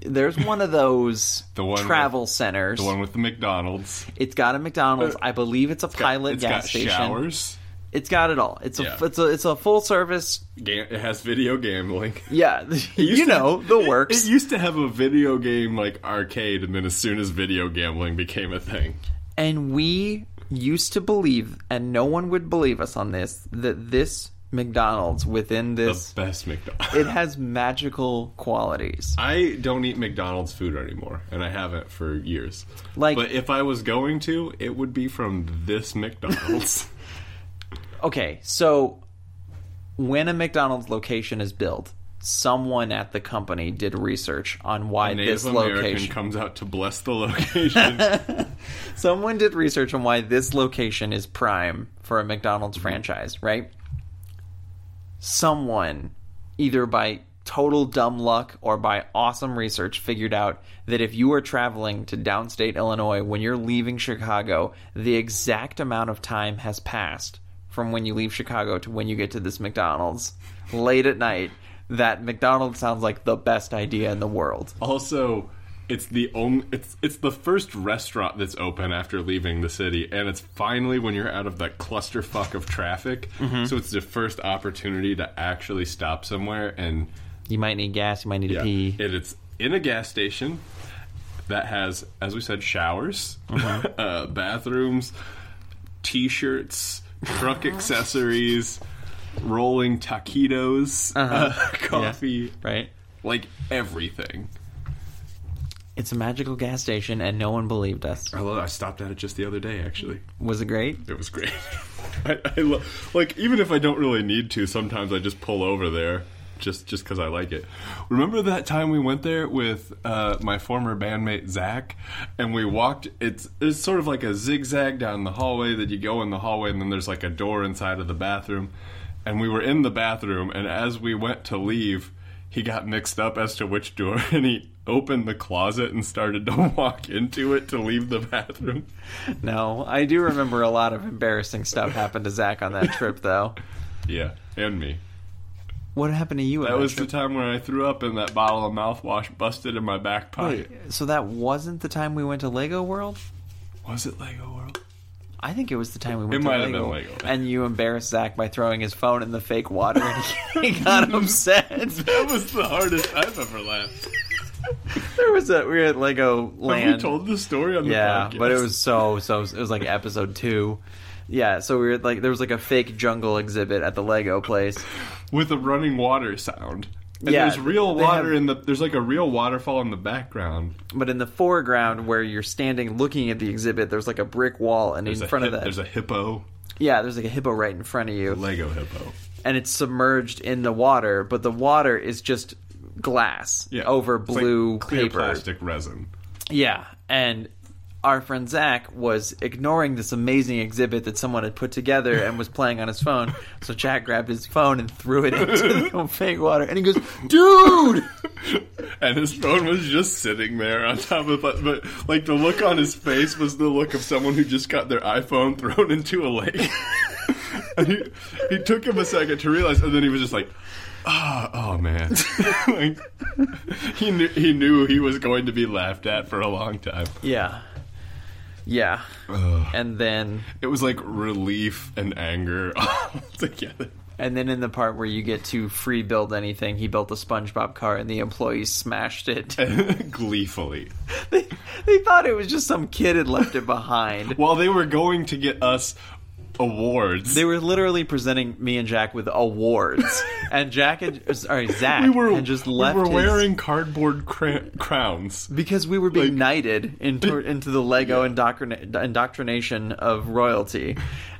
[SPEAKER 2] There's one of those
[SPEAKER 3] [LAUGHS] The one
[SPEAKER 2] travel centers.
[SPEAKER 3] The one with the McDonald's.
[SPEAKER 2] it's got a McDonald's. I believe it's a pilot
[SPEAKER 3] It's
[SPEAKER 2] gas
[SPEAKER 3] got
[SPEAKER 2] station.
[SPEAKER 3] showers.
[SPEAKER 2] It's got it all. It's
[SPEAKER 3] Yeah.
[SPEAKER 2] a it's a it's a full service.
[SPEAKER 3] Ga- it has video gambling. [LAUGHS]
[SPEAKER 2] Yeah, [LAUGHS]
[SPEAKER 3] used
[SPEAKER 2] you
[SPEAKER 3] to-
[SPEAKER 2] know the
[SPEAKER 3] it-
[SPEAKER 2] works.
[SPEAKER 3] [LAUGHS] It, used to have a video game like arcade, and then as soon as video gambling became a thing,
[SPEAKER 2] and we used to believe, and no one would believe us on this, that this McDonald's within
[SPEAKER 3] the
[SPEAKER 2] this
[SPEAKER 3] best McDonald's.
[SPEAKER 2] it has magical qualities.
[SPEAKER 3] I don't eat McDonald's food anymore, and I haven't for years.
[SPEAKER 2] Like-
[SPEAKER 3] but if I was going to, it would be from
[SPEAKER 2] [LAUGHS]
[SPEAKER 3] this McDonald's.
[SPEAKER 2] Okay, so when a McDonald's location is built, someone at the company did research on why
[SPEAKER 3] Native
[SPEAKER 2] this
[SPEAKER 3] American
[SPEAKER 2] location.
[SPEAKER 3] comes out to bless the [LAUGHS] location.
[SPEAKER 2] someone did research on why this location is prime for a McDonald's
[SPEAKER 3] Mm-hmm.
[SPEAKER 2] franchise, right? Someone, either by total dumb luck or by awesome research, figured out that if you are traveling to downstate Illinois when you're leaving Chicago, the exact amount of time has passed from when you leave Chicago to when you get to this McDonald's late at night. That McDonald's sounds like the best idea in the world.
[SPEAKER 3] also, it's the only it's it's the first restaurant that's open after leaving the city, and it's finally when you're out of that clusterfuck of traffic. So it's the first opportunity to actually stop somewhere, and
[SPEAKER 2] You might need gas, you might need to
[SPEAKER 3] yeah,
[SPEAKER 2] pee.
[SPEAKER 3] and it's in a gas station that has, as we said, showers, [LAUGHS] uh, bathrooms, t-shirts, truck accessories. Rolling taquitos, [LAUGHS] uh, coffee,
[SPEAKER 2] Right?
[SPEAKER 3] like everything.
[SPEAKER 2] It's a magical gas station, and no one believed us.
[SPEAKER 3] I love. I stopped at it just the other day. Actually,
[SPEAKER 2] Was it great?
[SPEAKER 3] it was great. [LAUGHS] I, I lo- like even if I don't really need to, sometimes I just pull over there just just because I like it. Remember that time we went there with uh, my former bandmate Zach, and we walked. It's it's sort of like a zigzag down the hallway that you go in the hallway, and then there's like a door inside of the bathroom. And we were in the bathroom, and as we went to leave, he got mixed up as to which door, [LAUGHS] and he opened the closet and started to [LAUGHS] walk into it to leave the bathroom.
[SPEAKER 2] No, I do remember a lot of embarrassing stuff happened to Zach on that trip, though.
[SPEAKER 3] Yeah, and me.
[SPEAKER 2] What happened to you? on
[SPEAKER 3] That was the
[SPEAKER 2] trip?
[SPEAKER 3] time when I threw up and that bottle of mouthwash busted in my back pocket.
[SPEAKER 2] so that wasn't the time we went to Lego World.
[SPEAKER 3] Was it Lego World?
[SPEAKER 2] I think it was the time we went.
[SPEAKER 3] It
[SPEAKER 2] to
[SPEAKER 3] might have
[SPEAKER 2] Lego,
[SPEAKER 3] been Lego.
[SPEAKER 2] And you embarrassed Zach by throwing his phone in the fake water, and [LAUGHS] he
[SPEAKER 3] [LAUGHS]
[SPEAKER 2] got upset.
[SPEAKER 3] That was the hardest I've ever laughed.
[SPEAKER 2] [LAUGHS] There was a we were at Lego Land.
[SPEAKER 3] Have we told the story on the
[SPEAKER 2] Yeah,
[SPEAKER 3] podcast?
[SPEAKER 2] but it was so so. It was like episode two. Yeah, so we were like there was like a fake jungle exhibit at the Lego place.
[SPEAKER 3] with a running water sound. And
[SPEAKER 2] Yeah,
[SPEAKER 3] there's real
[SPEAKER 2] they
[SPEAKER 3] water
[SPEAKER 2] have-
[SPEAKER 3] in the. There's like a real waterfall in the background.
[SPEAKER 2] But in the foreground, where you're standing looking at the exhibit, there's like a brick wall, and
[SPEAKER 3] There's
[SPEAKER 2] in
[SPEAKER 3] a
[SPEAKER 2] front of
[SPEAKER 3] hip-
[SPEAKER 2] that,
[SPEAKER 3] There's a hippo,
[SPEAKER 2] yeah, there's like a hippo right in front of you,
[SPEAKER 3] Lego hippo.
[SPEAKER 2] and it's submerged in the water, but the water is just glass
[SPEAKER 3] Yeah,
[SPEAKER 2] over
[SPEAKER 3] It's like
[SPEAKER 2] blue
[SPEAKER 3] clear
[SPEAKER 2] paper.
[SPEAKER 3] plastic resin.
[SPEAKER 2] Yeah, and our friend Zach was ignoring this amazing exhibit that someone had put together and was playing on his phone. So Jack grabbed his phone and threw it into
[SPEAKER 3] [LAUGHS]
[SPEAKER 2] the [LAUGHS] fake water, and he goes, "Dude!"
[SPEAKER 3] and his phone was just sitting there on top of but, but like the look on his face was the look of someone who just got their iphone thrown into a lake [LAUGHS] and he, he took him a second to realize and then he was just like oh, oh man [LAUGHS] like, he, knew, he knew he was going to be laughed at for a long time
[SPEAKER 2] Yeah, yeah, and then.
[SPEAKER 3] it was like relief and anger [LAUGHS] all together [LAUGHS]
[SPEAKER 2] And then in the part where you get to free build anything, he built a SpongeBob car and the employees smashed it. [LAUGHS]
[SPEAKER 3] gleefully
[SPEAKER 2] they, they thought it was just some kid had left it
[SPEAKER 3] [LAUGHS]
[SPEAKER 2] behind.
[SPEAKER 3] while they were going to get us awards
[SPEAKER 2] They were literally presenting me and Jack with awards,
[SPEAKER 3] [LAUGHS]
[SPEAKER 2] and Jack had sorry Zach
[SPEAKER 3] we were
[SPEAKER 2] had just left
[SPEAKER 3] We were
[SPEAKER 2] his-
[SPEAKER 3] wearing cardboard cra- crowns.
[SPEAKER 2] because we were being
[SPEAKER 3] like-
[SPEAKER 2] knighted into into the Lego indoctrina- indoctrination of royalty,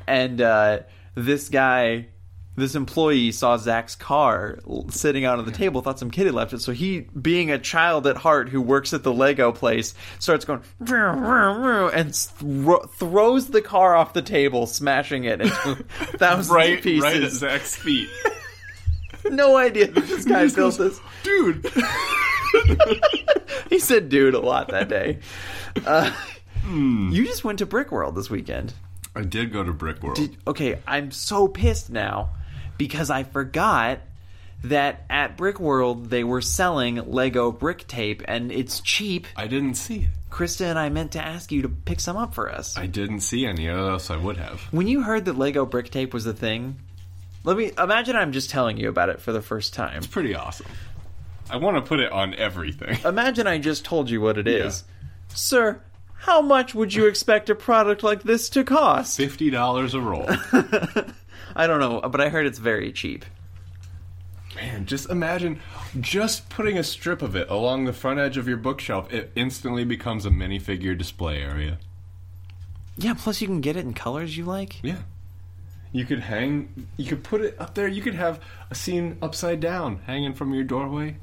[SPEAKER 2] and uh, this guy. This employee saw Zach's car l- sitting out on the table, thought some kid had left it. So he, being a child at heart who works at the Lego place, starts going "Vroom, vroom, vroom," and thro- throws the car off the table, smashing it into thousands
[SPEAKER 3] [LAUGHS] Right,
[SPEAKER 2] of pieces.
[SPEAKER 3] right at
[SPEAKER 2] [LAUGHS]
[SPEAKER 3] Zach's feet.
[SPEAKER 2] No idea that
[SPEAKER 3] [LAUGHS]
[SPEAKER 2] this guy
[SPEAKER 3] Just
[SPEAKER 2] built
[SPEAKER 3] goes,
[SPEAKER 2] this.
[SPEAKER 3] dude.
[SPEAKER 2] He said dude a lot that day. Uh, You just went to Brick World this weekend.
[SPEAKER 3] I did go to Brick World.
[SPEAKER 2] Okay, I'm so pissed now because I forgot that at Brick World they were selling Lego brick tape and it's cheap.
[SPEAKER 3] I didn't see it.
[SPEAKER 2] Krista and I meant to ask you to pick some up for us.
[SPEAKER 3] I didn't see any, or else I would have.
[SPEAKER 2] When you heard that Lego brick tape was a thing, let me imagine I'm just telling you about it for the first time.
[SPEAKER 3] Pretty awesome. I want to put it on everything.
[SPEAKER 2] Imagine I just told you what it is. Sir, how much would you expect a product like this to cost?
[SPEAKER 3] [LAUGHS] Fifty dollars a roll.
[SPEAKER 2] I don't know, but I heard it's very cheap.
[SPEAKER 3] [LAUGHS] Man, just imagine just putting a strip of it along the front edge of your bookshelf. It instantly becomes a minifigure display area.
[SPEAKER 2] Yeah, plus you can get it in colors you like.
[SPEAKER 3] Yeah. You could hang. You could put it up there. You could have a scene upside down hanging from your doorway.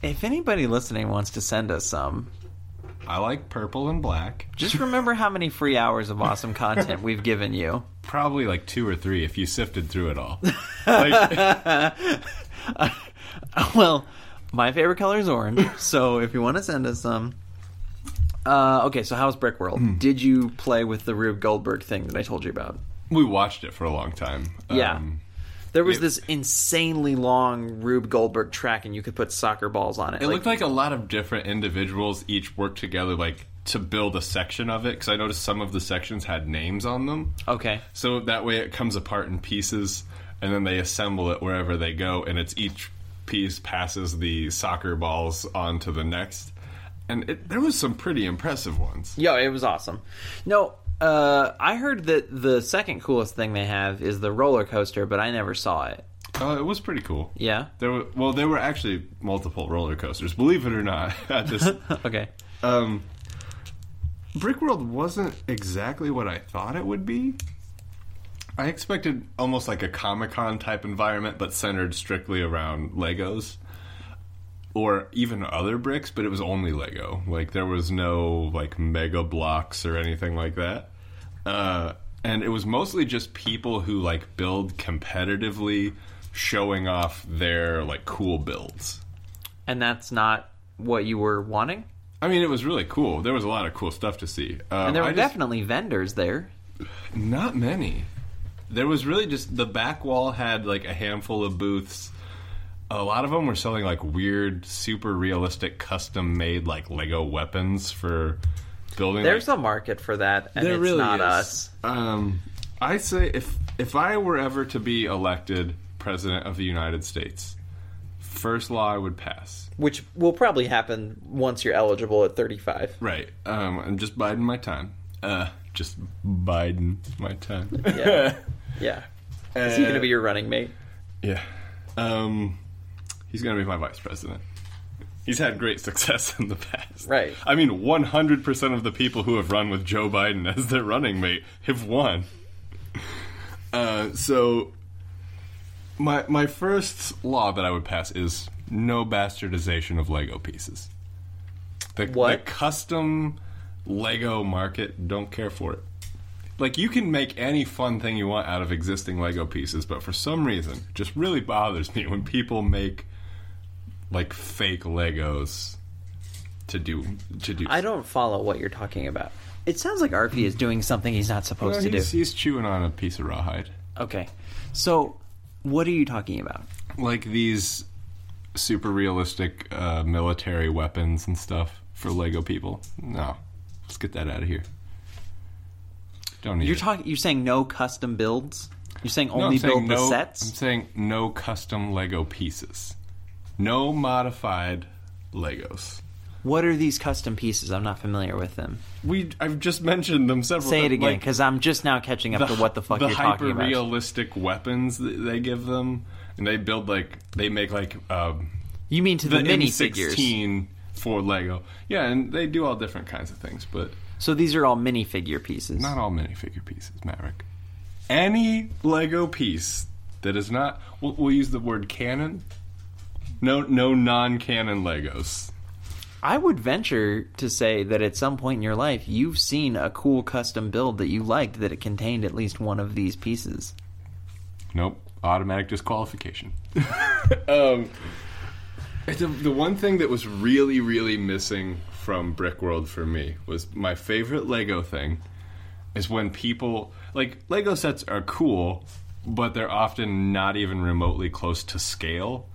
[SPEAKER 2] If anybody listening wants to send us some,
[SPEAKER 3] I like purple and black.
[SPEAKER 2] just remember how many free hours of awesome content we've given you.
[SPEAKER 3] Probably like two or three if you sifted through
[SPEAKER 2] [LAUGHS]
[SPEAKER 3] it all. Like,
[SPEAKER 2] well, my favorite color is orange, so if you want to send us some. Uh, okay, so how's Brick World?
[SPEAKER 3] Hmm.
[SPEAKER 2] Did you play with the Rube Goldberg thing that I told you about?
[SPEAKER 3] we watched it for a long time.
[SPEAKER 2] Yeah.
[SPEAKER 3] Um,
[SPEAKER 2] There was
[SPEAKER 3] It-
[SPEAKER 2] this insanely long Rube Goldberg track, and you could put soccer balls on it.
[SPEAKER 3] It looked like a lot of different individuals each worked together, like to build a section of it. Because I noticed some of the sections had names on them,
[SPEAKER 2] okay,
[SPEAKER 3] so that way it comes apart in pieces, and then they assemble it wherever they go, and it's each piece passes the soccer balls on to the next. And it, there was some pretty impressive ones.
[SPEAKER 2] yo, it was awesome. No, uh, I heard that the second coolest thing they have is the roller coaster, but I never saw it.
[SPEAKER 3] Uh, it was pretty cool.
[SPEAKER 2] Yeah, [LAUGHS]
[SPEAKER 3] There were well, there were actually multiple roller coasters. Believe it or not, [LAUGHS] at this
[SPEAKER 2] okay.
[SPEAKER 3] Um, Brickworld wasn't exactly what I thought it would be. I expected almost like a Comic Con type environment, but centered strictly around Legos or even other bricks, but it was only Lego. Like, there was no like mega blocks or anything like that. Uh, and it was mostly just people who like build competitively, showing off their like cool builds.
[SPEAKER 2] And that's not what you were wanting.
[SPEAKER 3] I mean, it was really cool. There was a lot of cool stuff to see. Um,
[SPEAKER 2] And there were
[SPEAKER 3] I just-
[SPEAKER 2] definitely vendors there.
[SPEAKER 3] Not many. There was really just the back wall had like a handful of booths. A lot of them were selling like weird, super realistic, custom made like Lego weapons for building.
[SPEAKER 2] There's
[SPEAKER 3] like,
[SPEAKER 2] a market for that, and
[SPEAKER 3] There
[SPEAKER 2] it's
[SPEAKER 3] really
[SPEAKER 2] not
[SPEAKER 3] is.
[SPEAKER 2] us.
[SPEAKER 3] Um, I say if if I were ever to be elected president of the United States, first law I would pass.
[SPEAKER 2] Which will probably happen once you're eligible at
[SPEAKER 3] [LAUGHS]
[SPEAKER 2] 35.
[SPEAKER 3] Right. Um, I'm just biding my time. Uh, just biding my time. [LAUGHS]
[SPEAKER 2] Yeah. Yeah. Is he going to
[SPEAKER 3] Uh,
[SPEAKER 2] be your running mate?
[SPEAKER 3] Yeah. Um, he's going to be my vice president. He's had great success [LAUGHS] in the past.
[SPEAKER 2] Right.
[SPEAKER 3] I mean, 100% of the people who have run with Joe Biden as their running mate have won. Uh, so, my, my first law that I would pass is no bastardization of Lego pieces. The,
[SPEAKER 2] What?
[SPEAKER 3] the custom Lego market don't care for it. Like you can make any fun thing you want out of existing Lego pieces, but for some reason, it just really bothers me when people make like fake Legos to do to do.
[SPEAKER 2] I don't follow what you're talking about. It sounds like RP is doing something he's not supposed
[SPEAKER 3] Well,
[SPEAKER 2] to do.
[SPEAKER 3] he's, he's chewing on a piece of rawhide,
[SPEAKER 2] Okay. So, what are you talking about?
[SPEAKER 3] like these super realistic uh, military weapons and stuff for Lego people. No, let's get that out of here. Don't need
[SPEAKER 2] You're
[SPEAKER 3] it.
[SPEAKER 2] talking you're saying no custom builds? You're saying
[SPEAKER 3] No,
[SPEAKER 2] only
[SPEAKER 3] I'm saying
[SPEAKER 2] build the
[SPEAKER 3] no- I'm
[SPEAKER 2] sets?
[SPEAKER 3] saying no custom Lego pieces. No modified Legos.
[SPEAKER 2] What are these custom pieces? I'm not familiar with them.
[SPEAKER 3] We I've just mentioned them several
[SPEAKER 2] Say it
[SPEAKER 3] times,
[SPEAKER 2] again
[SPEAKER 3] like,
[SPEAKER 2] cuz I'm just now catching up to what the fuck you're talking
[SPEAKER 3] hyper
[SPEAKER 2] about.
[SPEAKER 3] realistic weapons that they give them and they build like they make like um,
[SPEAKER 2] You mean to the,
[SPEAKER 3] the
[SPEAKER 2] mini figures.
[SPEAKER 3] M16 for Lego. Yeah, and they do all different kinds of things, but
[SPEAKER 2] So these are all minifigure pieces.
[SPEAKER 3] Not all minifigure pieces, Maverick. Any Lego piece that is not, we'll, we'll use the word canon. No, no non-canon Legos.
[SPEAKER 2] I would venture to say that at some point in your life you've seen a cool custom build that you liked that it contained at least one of these pieces.
[SPEAKER 3] Nope, automatic disqualification. [LAUGHS] um, it's a- the one thing that was really, really missing from Brick World for me was my favorite Lego thing is when people like Lego sets are cool, but they're often not even remotely close to scale.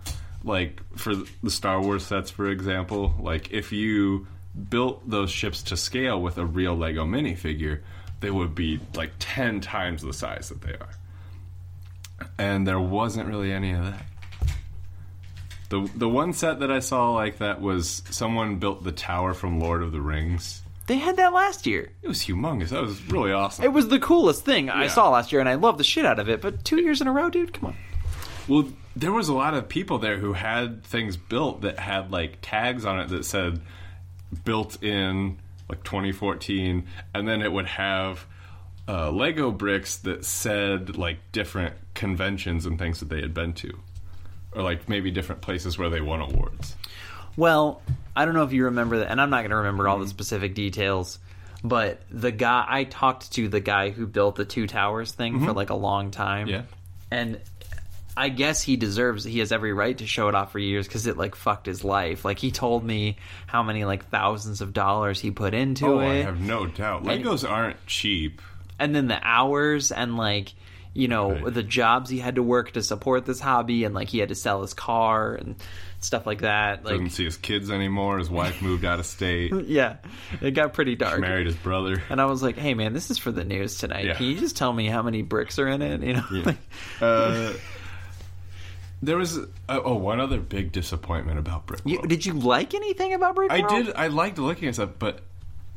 [SPEAKER 3] like for the Star Wars sets, for example, like if you built those ships to scale with a real Lego minifigure, they would be like 10 times the size that they are. And there wasn't really any of that. The, the one set that I saw like that was someone built the tower from Lord of the Rings.
[SPEAKER 2] They had that last year.
[SPEAKER 3] It was humongous. That was really awesome.
[SPEAKER 2] It was the coolest thing I
[SPEAKER 3] Yeah.
[SPEAKER 2] saw last year, and I loved the shit out of it. But two years in a row, dude, come on.
[SPEAKER 3] Well, there was a lot of people there who had things built that had like tags on it that said built in like 2014, and then it would have uh, Lego bricks that said like different conventions and things that they had been to, or like maybe different places where they won awards.
[SPEAKER 2] Well, I don't know if you remember that, and I'm not going to remember
[SPEAKER 3] Mm-hmm.
[SPEAKER 2] all the specific details. But the guy I talked to, the guy who built the two towers thing for like a long time,
[SPEAKER 3] Mm-hmm. Yeah.
[SPEAKER 2] and I guess he deserves. He has every right to show it off for years because it like fucked his life. Like he told me how many like thousands of dollars he put into
[SPEAKER 3] Oh,
[SPEAKER 2] it,
[SPEAKER 3] I have no doubt. Legos aren't cheap.
[SPEAKER 2] and then the hours and like you know
[SPEAKER 3] Right.
[SPEAKER 2] the jobs he had to work to support this hobby, and like he had to sell his car and stuff like that. Like
[SPEAKER 3] Doesn't see his kids anymore. His wife moved out of state.
[SPEAKER 2] [LAUGHS]
[SPEAKER 3] [LAUGHS]
[SPEAKER 2] yeah, it got pretty dark.
[SPEAKER 3] Married his brother.
[SPEAKER 2] And I was like, "Hey, man, this is for the news tonight.
[SPEAKER 3] Yeah.
[SPEAKER 2] Can you just tell me how many bricks are in it?" You know, [LAUGHS] like,
[SPEAKER 3] Uh, there was uh, oh one other big disappointment about Brick
[SPEAKER 2] you,
[SPEAKER 3] World.
[SPEAKER 2] did you like anything about Brick
[SPEAKER 3] I
[SPEAKER 2] World?
[SPEAKER 3] did I liked looking at stuff, but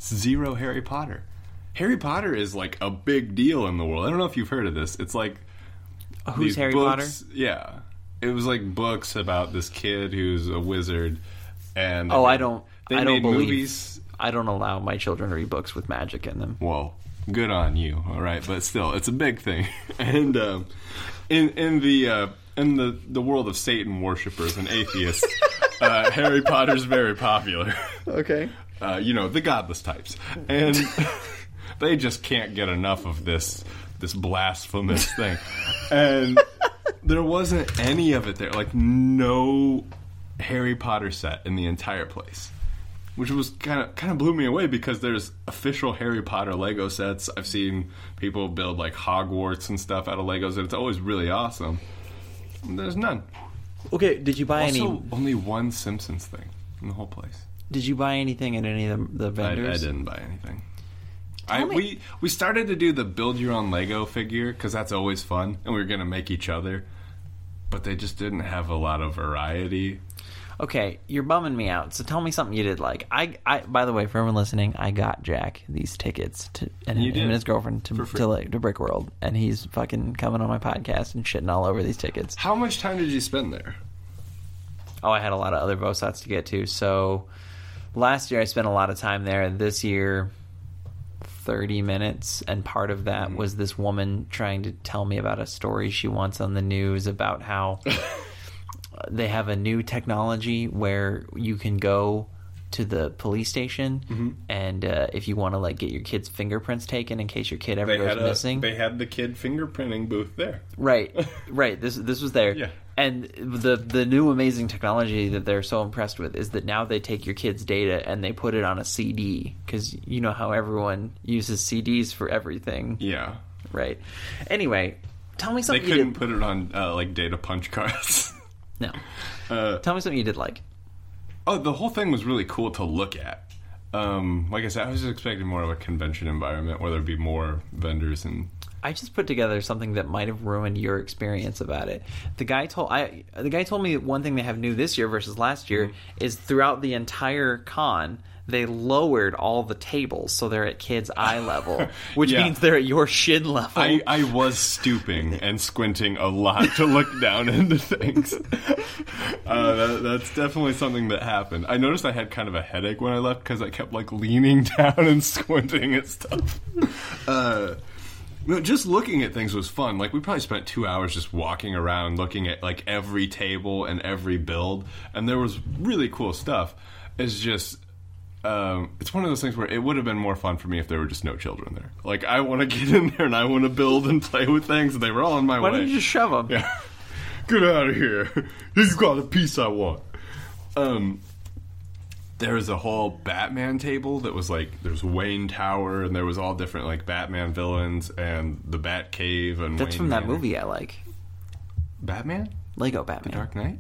[SPEAKER 3] zero Harry Potter. Harry Potter is like a big deal in the world. I don't know if you've heard of this. It's like
[SPEAKER 2] Uh, Who's
[SPEAKER 3] these
[SPEAKER 2] Harry
[SPEAKER 3] books, Potter? Yeah, it was like books about this kid who's a wizard. And
[SPEAKER 2] Oh, I don't-
[SPEAKER 3] They
[SPEAKER 2] I don't
[SPEAKER 3] made
[SPEAKER 2] believe-
[SPEAKER 3] movies.
[SPEAKER 2] Potter? I don't allow my children to read books with magic in them.
[SPEAKER 3] Well, good on you. All right, but still, it's a big thing. [LAUGHS] And um, in in the uh, in the the world of Satan worshippers and atheists, uh, Harry Potter's very popular.
[SPEAKER 2] Okay.
[SPEAKER 3] Uh, you know, the godless types, and [LAUGHS] they just can't get enough of this this blasphemous thing. And there wasn't any of it there. Like no Harry Potter set in the entire place which was kind of kind of blew me away because there's official Harry Potter Lego sets. I've seen people build like Hogwarts and stuff out of Legos, and it's always really awesome. There's none.
[SPEAKER 2] Okay. Did you buy any?
[SPEAKER 3] Also, only one Simpsons thing in the whole place.
[SPEAKER 2] Did you buy anything at any of the, the
[SPEAKER 3] I, I
[SPEAKER 2] vendors?
[SPEAKER 3] didn't buy anything. I, we we started to do the build your own Lego figure because that's always fun, and we were gonna make each other, but they just didn't have a lot of variety.
[SPEAKER 2] Okay, you're bumming me out. So tell me something you did like. I, I by the way, for everyone listening, I got Jack these tickets to and
[SPEAKER 3] You
[SPEAKER 2] him
[SPEAKER 3] did.
[SPEAKER 2] and his girlfriend to
[SPEAKER 3] For free.
[SPEAKER 2] to, like, to Brick World, and he's fucking coming on my podcast and shitting all over these tickets.
[SPEAKER 3] How much time did you spend there?
[SPEAKER 2] oh, I had a lot of other Vosats to get to. So last year I spent a lot of time there. This year, 30 minutes. And part of that
[SPEAKER 3] Mm-hmm.
[SPEAKER 2] was this woman trying to tell me about a story she wants on the news about
[SPEAKER 3] [LAUGHS]
[SPEAKER 2] how they have a new technology where you can go to the police station
[SPEAKER 3] Mm-hmm.
[SPEAKER 2] and uh, if you want to like get your kid's fingerprints taken in case your kid ever
[SPEAKER 3] They
[SPEAKER 2] goes
[SPEAKER 3] had a,
[SPEAKER 2] missing
[SPEAKER 3] they had the kid fingerprinting booth there. [LAUGHS]
[SPEAKER 2] Right, right. This this was there.
[SPEAKER 3] Yeah.
[SPEAKER 2] And the the new amazing technology that they're so impressed with is that now they take your kids' data and they put it on a CD because you know how everyone uses CDs for everything,
[SPEAKER 3] Yeah.
[SPEAKER 2] right? Anyway, tell me
[SPEAKER 3] They
[SPEAKER 2] something you
[SPEAKER 3] couldn't
[SPEAKER 2] did.
[SPEAKER 3] put it on uh, like data punch cards. [LAUGHS]
[SPEAKER 2] No,
[SPEAKER 3] Uh,
[SPEAKER 2] tell me something you did like.
[SPEAKER 3] oh, the whole thing was really cool to look at. Um, like I said, I was expecting more of a convention environment where there'd be more vendors and
[SPEAKER 2] I just put together something that might have ruined your experience about it. The guy told I the guy told me that one thing they have new this year versus last year
[SPEAKER 3] Mm-hmm.
[SPEAKER 2] is throughout the entire con they lowered all the tables so they're at kids'
[SPEAKER 3] [LAUGHS]
[SPEAKER 2] eye level, which
[SPEAKER 3] Yeah.
[SPEAKER 2] means they're at your shin level.
[SPEAKER 3] I, I was stooping and squinting a lot to look down into things. Uh, that, that's definitely something that happened. I noticed I had kind of a headache when I left because I kept like leaning [LAUGHS] down and squinting at stuff. Uh, no, just looking at things was fun. Like we probably spent two hours just walking around, looking at like every table and every build, and there was really cool stuff. It's just um, it's one of those things where it would have been more fun for me if there were just no children there. Like I want to [LAUGHS] get in there and I want to build and play with things, and they were all in my
[SPEAKER 2] Why
[SPEAKER 3] way.
[SPEAKER 2] don't you just shove them?
[SPEAKER 3] yeah, get out of here. [LAUGHS] This is got the piece I want. Um, there was a whole Batman table that was like there's Wayne Tower and there was all different like Batman villains and the Bat Cave and
[SPEAKER 2] That's
[SPEAKER 3] Wayne
[SPEAKER 2] from that
[SPEAKER 3] Manor.
[SPEAKER 2] movie I like,
[SPEAKER 3] Batman
[SPEAKER 2] Lego Batman.
[SPEAKER 3] Dark Knight.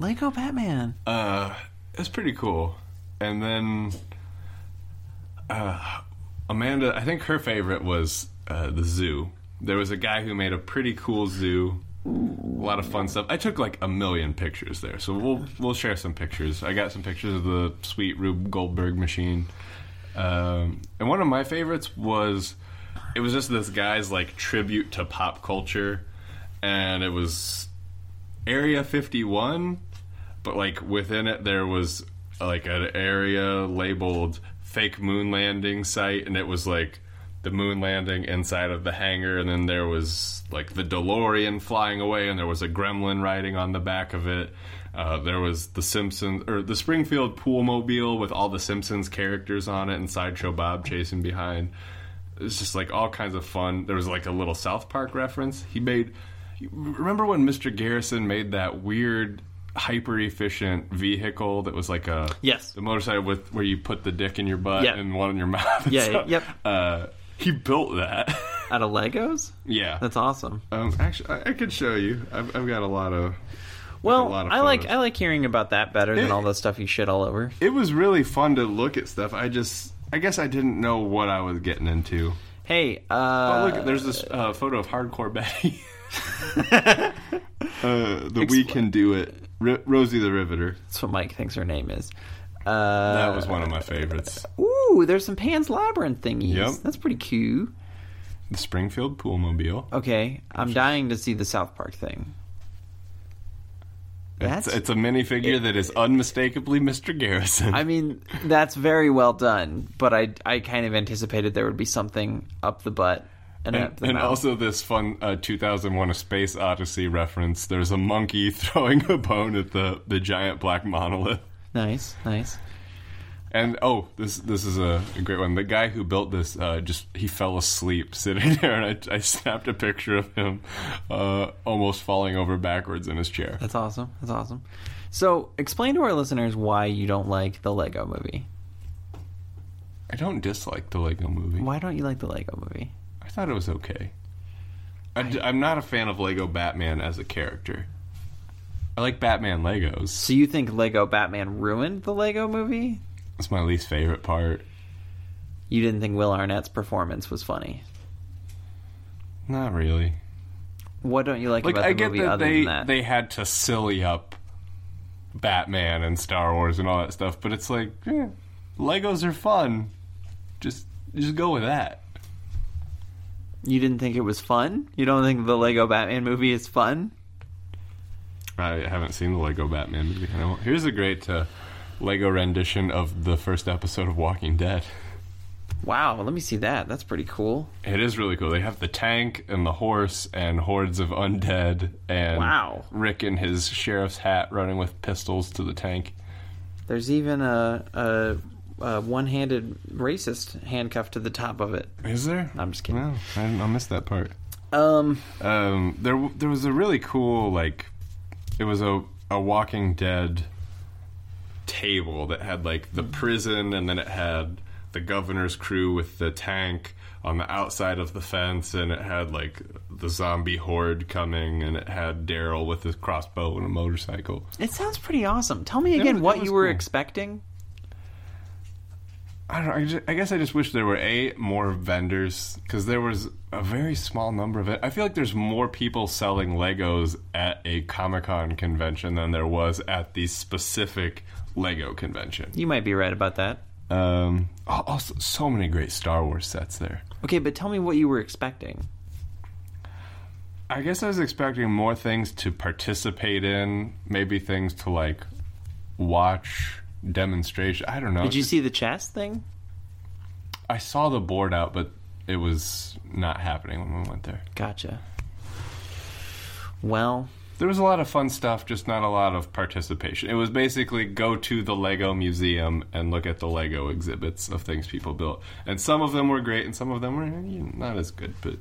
[SPEAKER 2] Lego Batman.
[SPEAKER 3] uh, it's pretty cool. And then uh, Amanda, I think her favorite was uh, the zoo. There was a guy who made a pretty cool zoo. A lot of fun stuff. I took like a million pictures there, so we'll we'll share some pictures. I got some pictures of the sweet Rube Goldberg machine, um, and one of my favorites was it was just this guy's like tribute to pop culture, and it was Area 51, but like within it there was like an area labeled fake moon landing site and it was like the moon landing inside of the hangar and then there was like the DeLorean flying away and there was a gremlin riding on the back of it. Uh, there was the Simpsons or the Springfield pool mobile with all the Simpsons characters on it and Sideshow Bob chasing behind. It was just like all kinds of fun. There was like a little South Park reference. He made Remember when Mr. Garrison made that weird hyper efficient vehicle that was like a
[SPEAKER 2] Yes.
[SPEAKER 3] the motorcycle with where you put the dick in your butt
[SPEAKER 2] Yeah.
[SPEAKER 3] and one in your [LAUGHS] mouth.
[SPEAKER 2] Yeah, yep.
[SPEAKER 3] Uh, he built that. [LAUGHS]
[SPEAKER 2] Out of Legos?
[SPEAKER 3] yeah.
[SPEAKER 2] That's awesome.
[SPEAKER 3] um, actually, I, I could show you. I've, I've got a lot of.
[SPEAKER 2] Well,
[SPEAKER 3] a lot of
[SPEAKER 2] I like
[SPEAKER 3] photos.
[SPEAKER 2] I like hearing about that better than
[SPEAKER 3] It-
[SPEAKER 2] all the stuff you shit all over.
[SPEAKER 3] It was really fun to look at stuff. I just, I guess, I didn't know what I was getting into.
[SPEAKER 2] Hey, uh,
[SPEAKER 3] Oh, look, there's this uh, photo of Hardcore Betty. [LAUGHS] uh, the We Can Do It. R- Rosie the Riveter.
[SPEAKER 2] that's what Mike thinks her name is. Uh,
[SPEAKER 3] That was one of my favorites.
[SPEAKER 2] ooh, there's some Pan's Labyrinth thingies.
[SPEAKER 3] Yep.
[SPEAKER 2] That's pretty cute.
[SPEAKER 3] The Springfield Poolmobile.
[SPEAKER 2] Okay, I'm dying to see the South Park thing. That's,
[SPEAKER 3] It's, it's a minifigure that is unmistakably Mr. Garrison.
[SPEAKER 2] I mean, that's very well done, but I, I kind of anticipated there would be something up the butt and,
[SPEAKER 3] [LAUGHS] and
[SPEAKER 2] up the
[SPEAKER 3] and
[SPEAKER 2] mouth.
[SPEAKER 3] also this fun uh, 2001: A Space Odyssey reference. There's a monkey [LAUGHS] throwing a bone at the, the giant black monolith.
[SPEAKER 2] nice, nice.
[SPEAKER 3] And oh, this this is a, a great one. The guy who built this uh, just he fell asleep [LAUGHS] sitting there, and I, I snapped a picture of him uh, almost falling over backwards in his chair.
[SPEAKER 2] That's awesome. That's awesome. So, explain to our listeners why you don't like the Lego movie.
[SPEAKER 3] I don't dislike the Lego Movie.
[SPEAKER 2] Why don't you like the Lego movie?
[SPEAKER 3] I thought it was okay. I, am not a fan of Lego Batman as a character. I like Batman Legos.
[SPEAKER 2] So, you think Lego Batman ruined the Lego movie?
[SPEAKER 3] That's my least favorite part.
[SPEAKER 2] You didn't think Will Arnett's performance was funny.
[SPEAKER 3] Not really.
[SPEAKER 2] What don't you like,
[SPEAKER 3] Like
[SPEAKER 2] about
[SPEAKER 3] I
[SPEAKER 2] the
[SPEAKER 3] get
[SPEAKER 2] movie
[SPEAKER 3] that
[SPEAKER 2] other
[SPEAKER 3] they
[SPEAKER 2] than that?
[SPEAKER 3] they had to silly up Batman and Star Wars and all that stuff, but it's like eh, Legos are fun. Just just go with that.
[SPEAKER 2] You didn't think it was fun? You don't think the Lego Batman movie is fun?
[SPEAKER 3] I haven't seen the Lego Batman movie. and I won't- Here's a great uh, Lego rendition of the first episode of Walking Dead.
[SPEAKER 2] Wow, let me see that. That's pretty cool.
[SPEAKER 3] It is really cool. They have the tank and the horse and hordes of undead and
[SPEAKER 2] Wow.
[SPEAKER 3] Rick in his sheriff's hat running with pistols to the tank.
[SPEAKER 2] There's even a, a, a one-handed racist handcuffed to the top of it.
[SPEAKER 3] Is there?
[SPEAKER 2] I'm just kidding.
[SPEAKER 3] No, I, I missed that part.
[SPEAKER 2] Um,
[SPEAKER 3] Um, there, w- there was a really cool like, it was a a Walking Dead table that had like the prison and then it had the governor's crew with the tank on the outside of the fence and it had like the zombie horde coming and it had Daryl with his crossbow and a motorcycle.
[SPEAKER 2] it sounds pretty awesome. Tell me again
[SPEAKER 3] was- it
[SPEAKER 2] what
[SPEAKER 3] was
[SPEAKER 2] you were
[SPEAKER 3] cool.
[SPEAKER 2] expecting.
[SPEAKER 3] I don't. know, I, ju- I guess I just wish there were a more vendors because there was a very small number of it. I feel like there's more people selling Legos at a Comic Con convention than there was at the specific Lego convention.
[SPEAKER 2] You might be right about that.
[SPEAKER 3] Um, al- also, so many great Star Wars sets there.
[SPEAKER 2] Okay, but tell me what you were expecting.
[SPEAKER 3] I guess I was expecting more things to participate in, maybe things to like watch demonstration. I don't know.
[SPEAKER 2] Did you see the chess thing?
[SPEAKER 3] I saw the board out, but it was not happening when we went there.
[SPEAKER 2] Gotcha. Well,
[SPEAKER 3] There was a lot of fun stuff, just not a lot of participation. It was basically go to the Lego museum and look at the Lego exhibits of things people built. And some of them were great and some of them were eh, not as good, but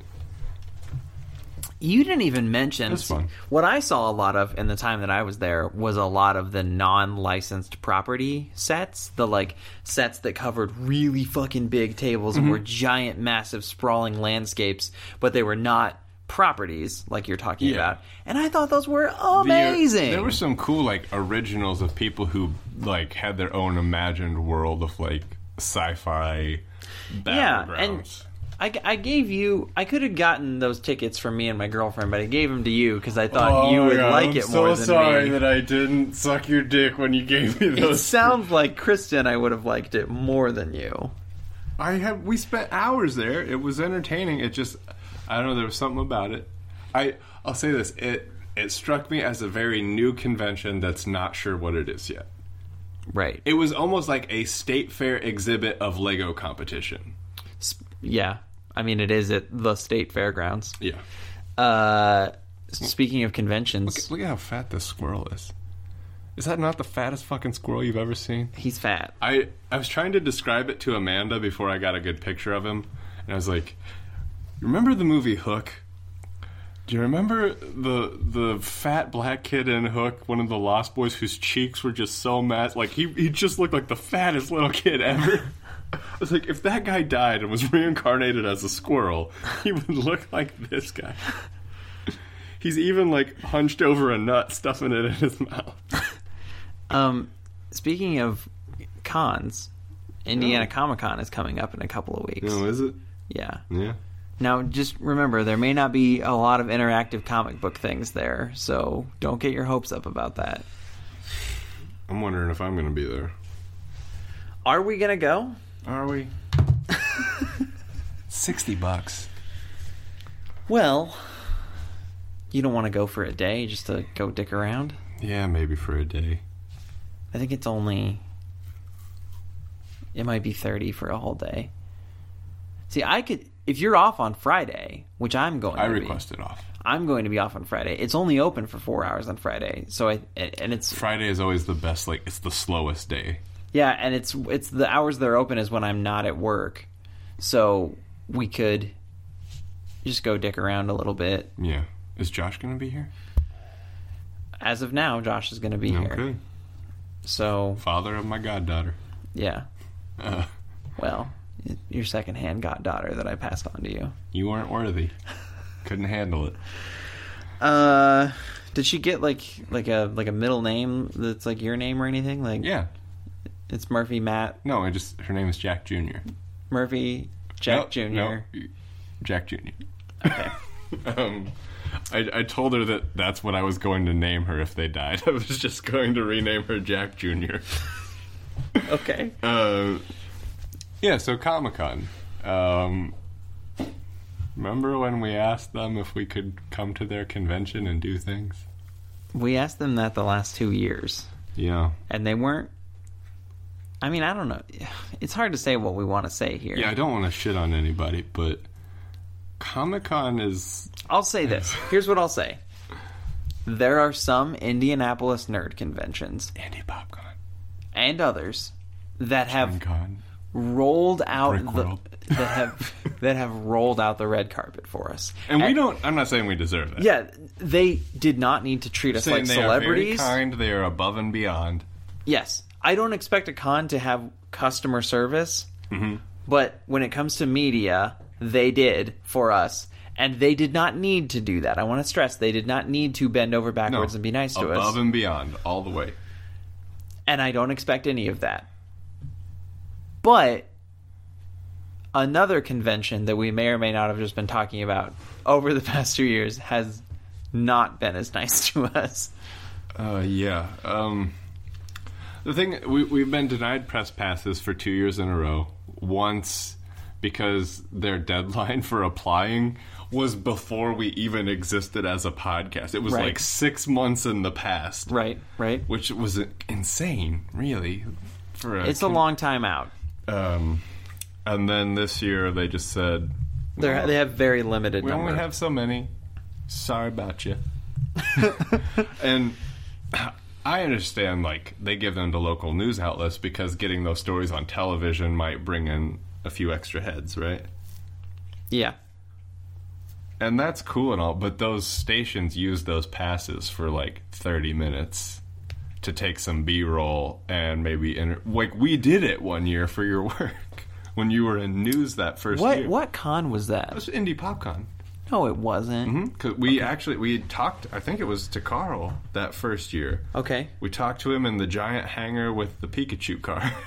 [SPEAKER 2] You didn't even mention
[SPEAKER 3] That's fine.
[SPEAKER 2] what I saw a lot of in the time that I was there was a lot of the non-licensed property sets, the like sets that covered
[SPEAKER 3] Mm-hmm.
[SPEAKER 2] really fucking big tables and were giant, massive, sprawling landscapes, but they were not properties like you're talking
[SPEAKER 3] Yeah.
[SPEAKER 2] about, and I thought those were
[SPEAKER 3] The- uh,
[SPEAKER 2] amazing.
[SPEAKER 3] there were some cool like originals of people who like had their own imagined world of like sci-fi
[SPEAKER 2] yeah, and
[SPEAKER 3] battlegrounds.
[SPEAKER 2] I, I gave you. I could have gotten those tickets for me and my girlfriend, but I gave them to you because I
[SPEAKER 3] Oh
[SPEAKER 2] thought you would like it more than me.
[SPEAKER 3] I didn't suck your dick when you gave me
[SPEAKER 2] it sounds like Kristen. I would have liked it more than you.
[SPEAKER 3] I have. We spent hours there. It was entertaining. It just, I don't know. There was something about it. I. I'll say this. It. It struck me as a very new convention that's not sure what it is yet.
[SPEAKER 2] Right.
[SPEAKER 3] It was almost like a state fair exhibit of Lego competition.
[SPEAKER 2] Sp- yeah. I mean, it is at the state fairgrounds.
[SPEAKER 3] Yeah.
[SPEAKER 2] Uh, speaking of conventions,
[SPEAKER 3] Look at how fat this squirrel is. Is that not the fattest fucking squirrel you've ever seen?
[SPEAKER 2] he's fat.
[SPEAKER 3] I, I was trying to describe it to Amanda before I got a good picture of him, and I was like, "Remember the movie Hook? Do you remember the the fat black kid in Hook, one of the Lost Boys, whose cheeks were just so massive? Like he he just looked like the fattest little kid ever." [LAUGHS] I was like, if that guy died and was reincarnated as a squirrel, he would look like this guy. He's even like hunched over a nut, stuffing it in his mouth.
[SPEAKER 2] Um, speaking of cons, Indiana Comic Con is coming up in a couple of weeks.
[SPEAKER 3] Oh. is it?
[SPEAKER 2] Yeah.
[SPEAKER 3] Yeah.
[SPEAKER 2] Now, just remember, there may not be a lot of interactive comic book things there, so don't get your hopes up about that.
[SPEAKER 3] I'm wondering if I'm going to be there.
[SPEAKER 2] Are we gonna go? [LAUGHS]
[SPEAKER 3] Are we? 60 bucks.
[SPEAKER 2] Well, you don't want to go for a day just to go dick around.
[SPEAKER 3] Yeah, maybe for a day.
[SPEAKER 2] I think it's only. It might be 30 for a whole day. See, I could. If you're off on Friday, which I'm going
[SPEAKER 3] I
[SPEAKER 2] to be-
[SPEAKER 3] request it off.
[SPEAKER 2] I'm going to be off on Friday. It's only open for four hours on Friday. So I. And it's.
[SPEAKER 3] Friday is always the best, like, it's the slowest day.
[SPEAKER 2] Yeah, and it's it's the hours they're open is when I'm not at work, so we could just go dick around a little bit.
[SPEAKER 3] Yeah. Is Josh going to be here?
[SPEAKER 2] As of now, Josh is going to be here,
[SPEAKER 3] Okay.
[SPEAKER 2] so
[SPEAKER 3] Father of my goddaughter.
[SPEAKER 2] yeah.
[SPEAKER 3] Uh,
[SPEAKER 2] Well, y- your secondhand goddaughter that I passed on to you.
[SPEAKER 3] you weren't [LAUGHS] worthy. Couldn't handle it.
[SPEAKER 2] Uh, did she get like like a like a middle name that's like your name or anything? Like
[SPEAKER 3] Yeah.
[SPEAKER 2] it's Murphy Matt
[SPEAKER 3] No, I just, her name is Jack Jr.
[SPEAKER 2] Murphy Jack Jr.
[SPEAKER 3] No, no, Jack Jr. [LAUGHS] Okay. um, I, I told her that that's what I was going to name her if they died. [LAUGHS] I was just going to rename her Jack Jr.
[SPEAKER 2] Okay,
[SPEAKER 3] Uh, yeah, so Comic Con. Um, remember when we asked them if we could come to their convention and do things?
[SPEAKER 2] we asked them that the last two years.
[SPEAKER 3] Yeah.
[SPEAKER 2] and they weren't I mean, I don't know. It's hard to say what we want to say here.
[SPEAKER 3] Yeah, I don't want to shit on anybody, but Comic Con is.
[SPEAKER 2] I'll say
[SPEAKER 3] [LAUGHS]
[SPEAKER 2] this. Here's what I'll say. There are some Indianapolis nerd conventions
[SPEAKER 3] Andy Popcorn.
[SPEAKER 2] and others that have
[SPEAKER 3] Con.
[SPEAKER 2] rolled out
[SPEAKER 3] Brick
[SPEAKER 2] the
[SPEAKER 3] World.
[SPEAKER 2] [LAUGHS] that
[SPEAKER 3] [LAUGHS]
[SPEAKER 2] have that have rolled out the red carpet for us.
[SPEAKER 3] And we don't. I'm not saying we deserve that.
[SPEAKER 2] Yeah, they did not need to treat us
[SPEAKER 3] saying
[SPEAKER 2] like
[SPEAKER 3] they
[SPEAKER 2] celebrities.
[SPEAKER 3] are very kind. They are above and beyond.
[SPEAKER 2] Yes, I don't expect a con to have customer service,
[SPEAKER 3] Mm-hmm.
[SPEAKER 2] but when it comes to media, they did for us, and they did not need to do that. I want to stress they did not need to bend over backwards and be nice to us,
[SPEAKER 3] Above and beyond, all the way.
[SPEAKER 2] and I don't expect any of that. But another convention that we may or may not have just been talking about over the [LAUGHS] past two years has not been as [LAUGHS] nice to us.
[SPEAKER 3] Uh, yeah. Um, the thing we, we've been denied press passes for two years in a row. Once because their deadline for applying was before we even existed as a podcast. It was
[SPEAKER 2] Right.
[SPEAKER 3] like six months in the past,
[SPEAKER 2] Right, right.
[SPEAKER 3] Which was insane, really. For a
[SPEAKER 2] It's a
[SPEAKER 3] con-
[SPEAKER 2] long time out.
[SPEAKER 3] Um, and then this year they just said
[SPEAKER 2] They're, they have very limited.
[SPEAKER 3] we
[SPEAKER 2] number.
[SPEAKER 3] only have so many. Sorry
[SPEAKER 2] [LAUGHS]
[SPEAKER 3] about you. and I understand, like, they give them to local news outlets because getting those stories on television might bring in a few extra heads, right?
[SPEAKER 2] Yeah.
[SPEAKER 3] And that's cool and all, but those stations use those passes for like 30 minutes to take some B roll and maybe inter- like we did it one year for [LAUGHS] your work when you were in news that first
[SPEAKER 2] What
[SPEAKER 3] year.
[SPEAKER 2] what con was that?
[SPEAKER 3] It was Indie PopCon.
[SPEAKER 2] No, it wasn't.
[SPEAKER 3] Cause we actually we talked. I think it was to Carl that first year.
[SPEAKER 2] Okay.
[SPEAKER 3] We talked to him in the giant hangar with the Pikachu car. [LAUGHS]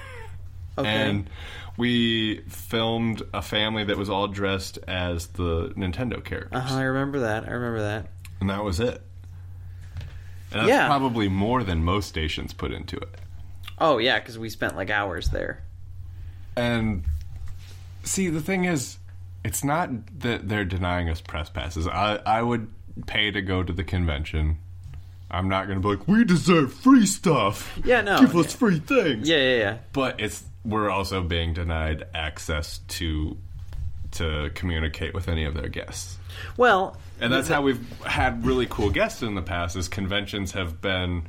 [SPEAKER 2] Okay.
[SPEAKER 3] And we filmed a family that was all dressed as the Nintendo characters.
[SPEAKER 2] Uh-huh, I remember that. I remember that.
[SPEAKER 3] And that was it. And that's
[SPEAKER 2] Yeah.
[SPEAKER 3] probably more than most stations put into it.
[SPEAKER 2] Oh yeah, because we spent like hours there.
[SPEAKER 3] And see, the thing is, it's not that they're denying us press passes. I, I would pay to go to the convention. I'm not going to be like, we deserve free stuff.
[SPEAKER 2] Yeah, no,
[SPEAKER 3] Give us
[SPEAKER 2] yeah.
[SPEAKER 3] free things.
[SPEAKER 2] Yeah, yeah, yeah.
[SPEAKER 3] But it's we're also being denied access to to communicate with any of their guests.
[SPEAKER 2] Well,
[SPEAKER 3] And that's how we've had really cool guests in the past. Is conventions have been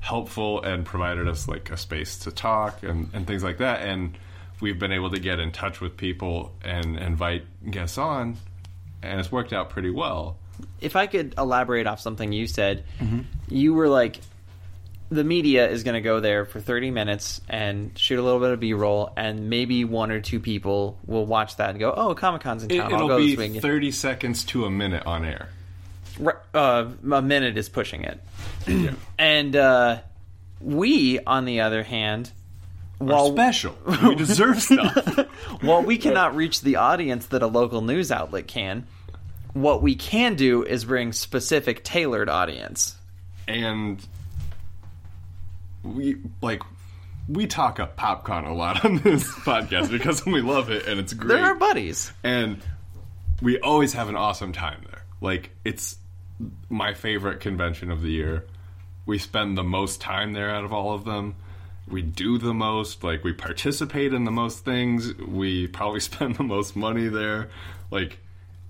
[SPEAKER 3] helpful and provided us like a space to talk and, and things like that. And we've been able to get in touch with people and invite guests on, and it's worked out pretty well.
[SPEAKER 2] if I could elaborate off something you said,
[SPEAKER 3] Mm-hmm.
[SPEAKER 2] you were like, the media is going to go there for 30 minutes and shoot a little bit of B roll, and maybe one or two people will watch that and go, oh, Comic Con's in
[SPEAKER 3] It,
[SPEAKER 2] town. I'll
[SPEAKER 3] will
[SPEAKER 2] go
[SPEAKER 3] be
[SPEAKER 2] this weekend.
[SPEAKER 3] thirty seconds to a minute on air.
[SPEAKER 2] Ri- uh, a minute is pushing it. And uh, we, on the other hand,
[SPEAKER 3] Well,
[SPEAKER 2] while,
[SPEAKER 3] special. [LAUGHS] We deserve stuff.
[SPEAKER 2] while
[SPEAKER 3] [LAUGHS]
[SPEAKER 2] we cannot reach the audience that a local news outlet can, what we can do is bring specific tailored audience.
[SPEAKER 3] and we like we talk up popcorn a lot on this [LAUGHS] podcast because we love it and it's great.
[SPEAKER 2] They're our buddies.
[SPEAKER 3] and we always have an awesome time there. Like it's my favorite convention of the year. We spend the most time there out of all of them. We do the most, like we participate in the most things. We probably [LAUGHS] spend the most money there. Like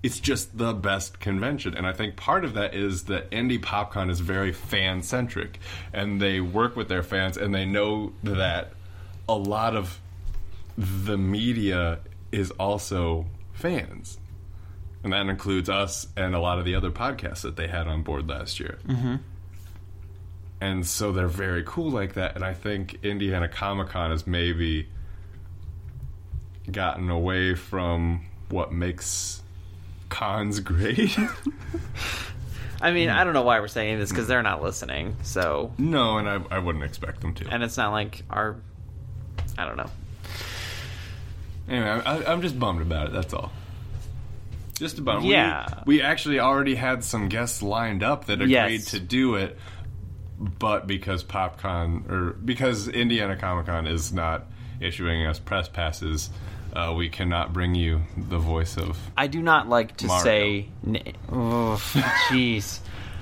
[SPEAKER 3] it's just the best convention. And I think part of that is that Indie PopCon is very fan centric and they work with their fans and they know that a lot of the media is also fans. And that includes us and a lot of the other podcasts that they had on board last year. Mm-hmm. And so they're very cool like that. And I think Indiana Comic Con has maybe gotten away from what makes cons great. [LAUGHS]
[SPEAKER 2] I mean, I don't know why we're saying this because they're not listening. So,
[SPEAKER 3] no, and I, I wouldn't expect them to.
[SPEAKER 2] and it's not like our, I don't know.
[SPEAKER 3] Anyway, I, I'm just bummed about it. That's all. Just about.
[SPEAKER 2] Yeah.
[SPEAKER 3] We, we actually already had some guests lined up that agreed
[SPEAKER 2] Yes.
[SPEAKER 3] to do it, but because PopCon or because Indiana Comic Con is not issuing us press passes, uh, we cannot bring you the voice of
[SPEAKER 2] I do not like to
[SPEAKER 3] Mario.
[SPEAKER 2] say, na- oh,
[SPEAKER 3] [LAUGHS]
[SPEAKER 2] jeez.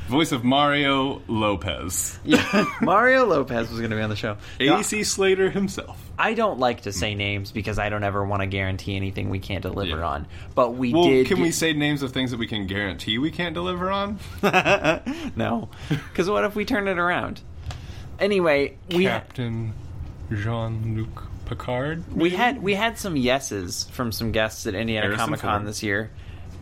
[SPEAKER 3] voice of Mario Lopez,
[SPEAKER 2] Yeah, Mario Lopez was going to be on the show. No,
[SPEAKER 3] AC Slater himself.
[SPEAKER 2] I don't like to say names because I don't ever want to guarantee anything we can't deliver
[SPEAKER 3] Yeah.
[SPEAKER 2] on. But we
[SPEAKER 3] Well,
[SPEAKER 2] did.
[SPEAKER 3] can we say names of things that we can guarantee we can't deliver on?
[SPEAKER 2] [LAUGHS]
[SPEAKER 3] [LAUGHS]
[SPEAKER 2] no? Because what if we turn it around? Anyway, we
[SPEAKER 3] Captain Jean Luc Picard.
[SPEAKER 2] we had we had some yeses from some guests at Indiana
[SPEAKER 3] Harrison
[SPEAKER 2] Comic Con
[SPEAKER 3] Ford.
[SPEAKER 2] this year,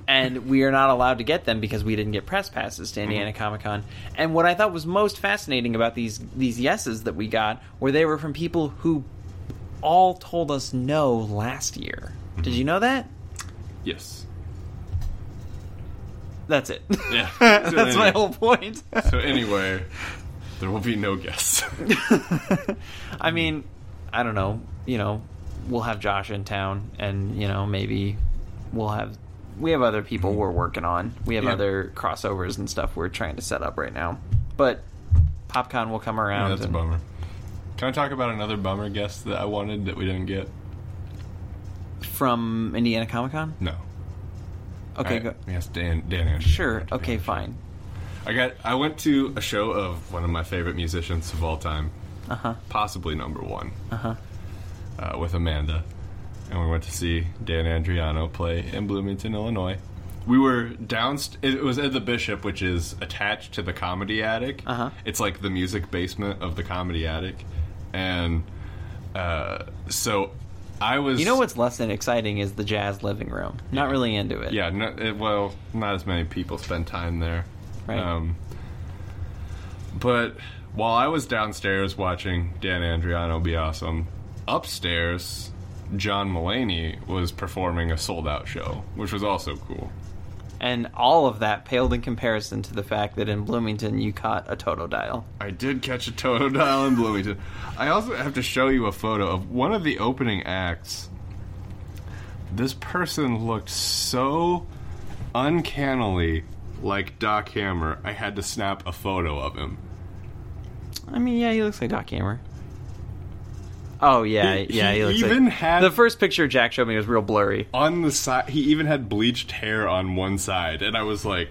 [SPEAKER 2] and we are not allowed to get them because we didn't get press passes
[SPEAKER 3] Mm-hmm.
[SPEAKER 2] to Indiana Comic Con. And what I thought was most fascinating about these these yeses that we got were they were from people who all told us no last year.
[SPEAKER 3] Mm-hmm.
[SPEAKER 2] Did you know that?
[SPEAKER 3] Yes.
[SPEAKER 2] That's it. [LAUGHS]
[SPEAKER 3] Yeah.
[SPEAKER 2] That's my whole
[SPEAKER 3] [LAUGHS]
[SPEAKER 2] point.
[SPEAKER 3] So anyway, there will be
[SPEAKER 2] [LAUGHS]
[SPEAKER 3] no guests.
[SPEAKER 2] I mean, I don't know. You know, we'll have Josh in town, and you know, maybe we'll have we have other people we're working on. We have
[SPEAKER 3] Mm-hmm. Yeah.
[SPEAKER 2] other crossovers and stuff we're trying to set up right now. But PopCon will come around.
[SPEAKER 3] That's a
[SPEAKER 2] and-
[SPEAKER 3] bummer. Can I talk about another bummer guest that I wanted that we didn't get?
[SPEAKER 2] from Indiana Comic Con.
[SPEAKER 3] No.
[SPEAKER 2] Okay,
[SPEAKER 3] I-
[SPEAKER 2] go.
[SPEAKER 3] Yes, Dan. Dan. Anderson.
[SPEAKER 2] Sure. Okay, fine.
[SPEAKER 3] I got. I went to a show of one of my favorite musicians of all time,
[SPEAKER 2] Uh huh.
[SPEAKER 3] possibly number one, uh-huh. with Amanda, and we went to see Dan Andriano play in Bloomington, Illinois. We were down. It was at the Bishop, which is attached to the Comedy Attic.
[SPEAKER 2] Uh-huh.
[SPEAKER 3] It's like the music basement of the Comedy Attic, and uh, so I was.
[SPEAKER 2] You know what's less than exciting is the jazz living room. Not really into it.
[SPEAKER 3] Yeah, no, it, well, not as many people spend time there. Um,
[SPEAKER 2] Right.
[SPEAKER 3] but while I was downstairs watching Dan Andriano be awesome, upstairs John Mulaney was performing a sold out show, which was also cool.
[SPEAKER 2] And all of that paled in comparison to the fact that in Bloomington you caught a totodile.
[SPEAKER 3] I did catch a totodile in Bloomington. I also have to show you a photo of one of the opening acts. This person looked so uncannily like Doc Hammer. I had to snap a photo of him.
[SPEAKER 2] I mean, yeah, he looks like Doc Hammer. Oh yeah,
[SPEAKER 3] He-
[SPEAKER 2] yeah,
[SPEAKER 3] he
[SPEAKER 2] he, looks
[SPEAKER 3] even
[SPEAKER 2] like...
[SPEAKER 3] had-
[SPEAKER 2] the first picture Jack showed me was real blurry.
[SPEAKER 3] On the side, he even had bleached hair on one side, and I was like,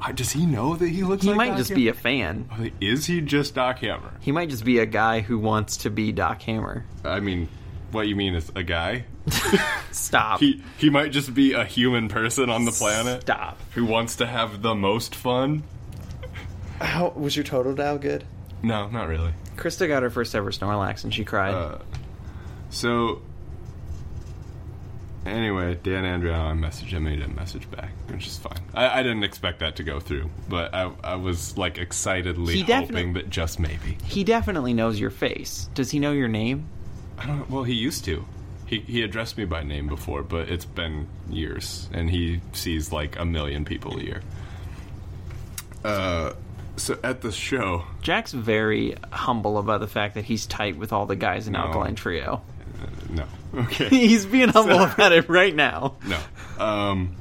[SPEAKER 3] "Ah, "Does he know that he looks
[SPEAKER 2] He
[SPEAKER 3] like?"
[SPEAKER 2] might
[SPEAKER 3] Doc
[SPEAKER 2] just
[SPEAKER 3] Hammer?
[SPEAKER 2] be a fan.
[SPEAKER 3] Is he just Doc Hammer?
[SPEAKER 2] He might just be a guy who wants to be Doc Hammer.
[SPEAKER 3] I mean, what you mean is a guy?
[SPEAKER 2] Stop.
[SPEAKER 3] He he might just be a human person on the planet
[SPEAKER 2] Stop.
[SPEAKER 3] who wants to have the most fun.
[SPEAKER 2] How was your totodile good?
[SPEAKER 3] No, not really.
[SPEAKER 2] Krista got her first ever Snorlax and she cried.
[SPEAKER 3] Uh. So, anyway, Dan Andrea, I messaged him and he didn't message back, which is fine. I, I didn't expect that to go through, but I, I was like excitedly
[SPEAKER 2] He definite-
[SPEAKER 3] hoping that just maybe.
[SPEAKER 2] he definitely knows your face. Does he know your name?
[SPEAKER 3] I don't. Well, he used to. He he addressed me by name before, but it's been years, and he sees like a million people a year. Uh, so at
[SPEAKER 2] [LAUGHS]
[SPEAKER 3] the show,
[SPEAKER 2] Jack's very humble about the fact that he's tight with all the guys in Alkaline Trio. [LAUGHS]
[SPEAKER 3] no, okay,
[SPEAKER 2] He's being humble
[SPEAKER 3] [LAUGHS]
[SPEAKER 2] about it right now.
[SPEAKER 3] no. Um,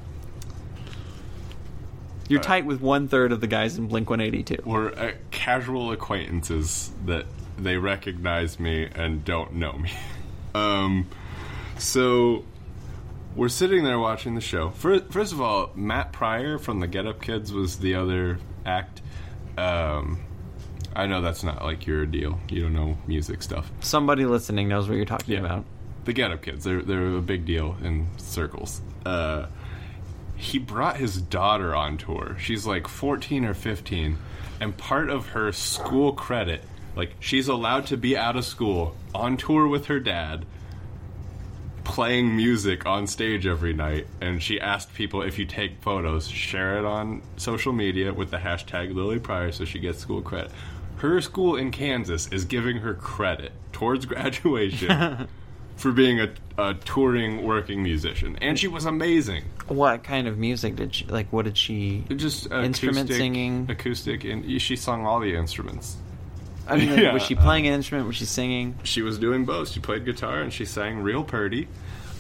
[SPEAKER 2] You're tight with one third of the guys in Blink 182.
[SPEAKER 3] we're uh, casual acquaintances that they recognize me and don't know me. [LAUGHS] um, so we're sitting there watching the show. Fir- First of all, Matt Pryor from the Get Up Kids was the other act. Um, I know that's not like your deal. You don't know music stuff.
[SPEAKER 2] Somebody listening knows what you're talking
[SPEAKER 3] Yeah.
[SPEAKER 2] about.
[SPEAKER 3] The Get Up Kids, they're, they're a big deal in circles. Uh, he brought his daughter on tour. She's like 14 or 15, and part of her school credit, like she's allowed to be out of school on tour with her dad, playing music on stage every night. And she asked people if you take photos, share it on social media with the hashtag Lily Pryor so she gets school credit. Her school in Kansas is giving her credit towards [LAUGHS] graduation for being a, a touring working musician. And she was amazing
[SPEAKER 2] What kind of music did she like? What did she?
[SPEAKER 3] just acoustic,
[SPEAKER 2] Instrument singing.
[SPEAKER 3] acoustic and she sung all the instruments
[SPEAKER 2] I mean, like,
[SPEAKER 3] Yeah,
[SPEAKER 2] was she playing an instrument? Was she singing?
[SPEAKER 3] she was doing both she played guitar and she sang real purdy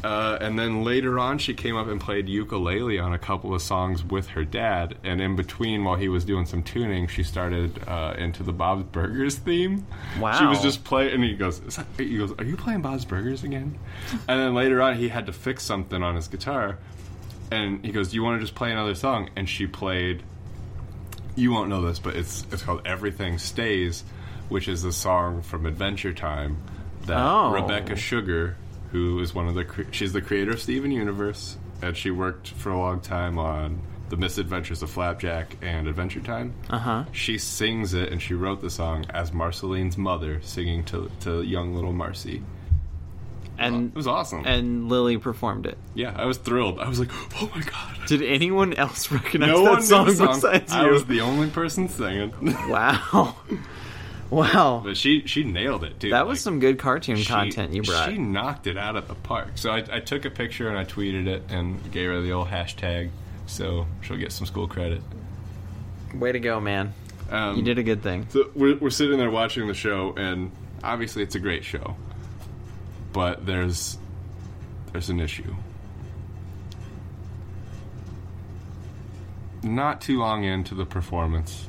[SPEAKER 3] uh, and then later on she came up and played ukulele on a couple of songs with her dad and in between while he was doing some tuning she started uh, into the bob's burgers theme she
[SPEAKER 2] Wow.
[SPEAKER 3] was just playing and he goes "Is that-" he goes are you playing bob's burgers again and then later on he had to fix something on his guitar and he goes do you want to just play another song and she played you won't know this, but it's it's called "Everything Stays," which is a song from Adventure Time that
[SPEAKER 2] Oh.
[SPEAKER 3] Rebecca Sugar, who is one of the cre- she's the creator of Steven Universe, and she worked for a long time on The Misadventures of Flapjack and Adventure Time. Uh
[SPEAKER 2] Uh-huh.
[SPEAKER 3] huh. She sings it, and she wrote the song as Marceline's mother singing to to young little Marcy.
[SPEAKER 2] And
[SPEAKER 3] It was awesome.
[SPEAKER 2] and Lily performed it.
[SPEAKER 3] yeah, I was thrilled. I was like, oh my god.
[SPEAKER 2] Did anyone else [LAUGHS] recognize
[SPEAKER 3] no
[SPEAKER 2] that
[SPEAKER 3] one knew
[SPEAKER 2] song,
[SPEAKER 3] the song.
[SPEAKER 2] besides
[SPEAKER 3] I
[SPEAKER 2] you?
[SPEAKER 3] was the only person singing, [LAUGHS]
[SPEAKER 2] Wow, [LAUGHS] wow.
[SPEAKER 3] but she she nailed it too.
[SPEAKER 2] That was
[SPEAKER 3] Like,
[SPEAKER 2] some good cartoon
[SPEAKER 3] She-
[SPEAKER 2] content you brought.
[SPEAKER 3] She knocked it out of the park. So I, I took a picture and I tweeted it and gave her the old hashtag, so she'll get some school credit.
[SPEAKER 2] Way to go, man.
[SPEAKER 3] Um,
[SPEAKER 2] You did a good thing.
[SPEAKER 3] So we're, we're sitting there watching the show, and obviously it's a great show, but there's there's an issue. Not too long into the performance,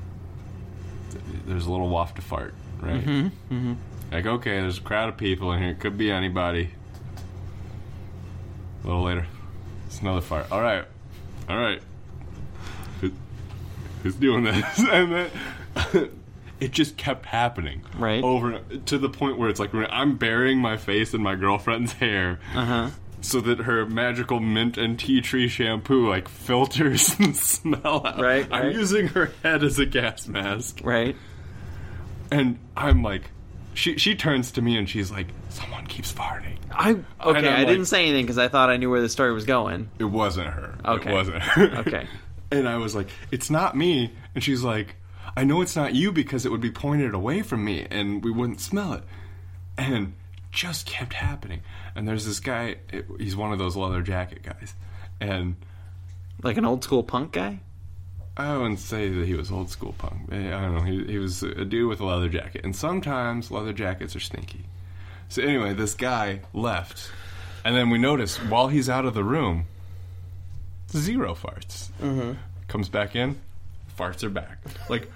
[SPEAKER 3] th- there's a little waft of fart, right? Mm-hmm, Like, okay, there's a crowd of people in here. It could be anybody. A little later, it's another fart. All right, all right. Who- Who's doing this? [LAUGHS] and then [LAUGHS] it just kept happening
[SPEAKER 2] Right.
[SPEAKER 3] over to the point where it's like i'm burying my face in my girlfriend's hair so that her magical mint and tea tree shampoo like filters [LAUGHS] the smell out
[SPEAKER 2] Right,
[SPEAKER 3] i'm
[SPEAKER 2] right.
[SPEAKER 3] using her head as a gas mask
[SPEAKER 2] Right?
[SPEAKER 3] and i'm like she she turns to me and she's like someone keeps farting
[SPEAKER 2] I okay. I
[SPEAKER 3] I'm like-
[SPEAKER 2] didn't say anything because I thought I knew where the story was going.
[SPEAKER 3] it wasn't her
[SPEAKER 2] Okay.
[SPEAKER 3] it wasn't her [LAUGHS]
[SPEAKER 2] Okay.
[SPEAKER 3] and i was like it's not me and she's like i know it's not you because it would be pointed away from me and we wouldn't smell it and just kept happening. And there's this guy, it- he's one of those leather jacket guys, and
[SPEAKER 2] Like an old school punk guy?
[SPEAKER 3] I wouldn't say that he was old school punk. but I don't know. He, he was a dude with a leather jacket, and sometimes leather jackets are stinky. So anyway, this guy left, and then we notice while he's out of the room, zero farts.
[SPEAKER 2] Mm-hmm.
[SPEAKER 3] Comes back in, farts are back. Like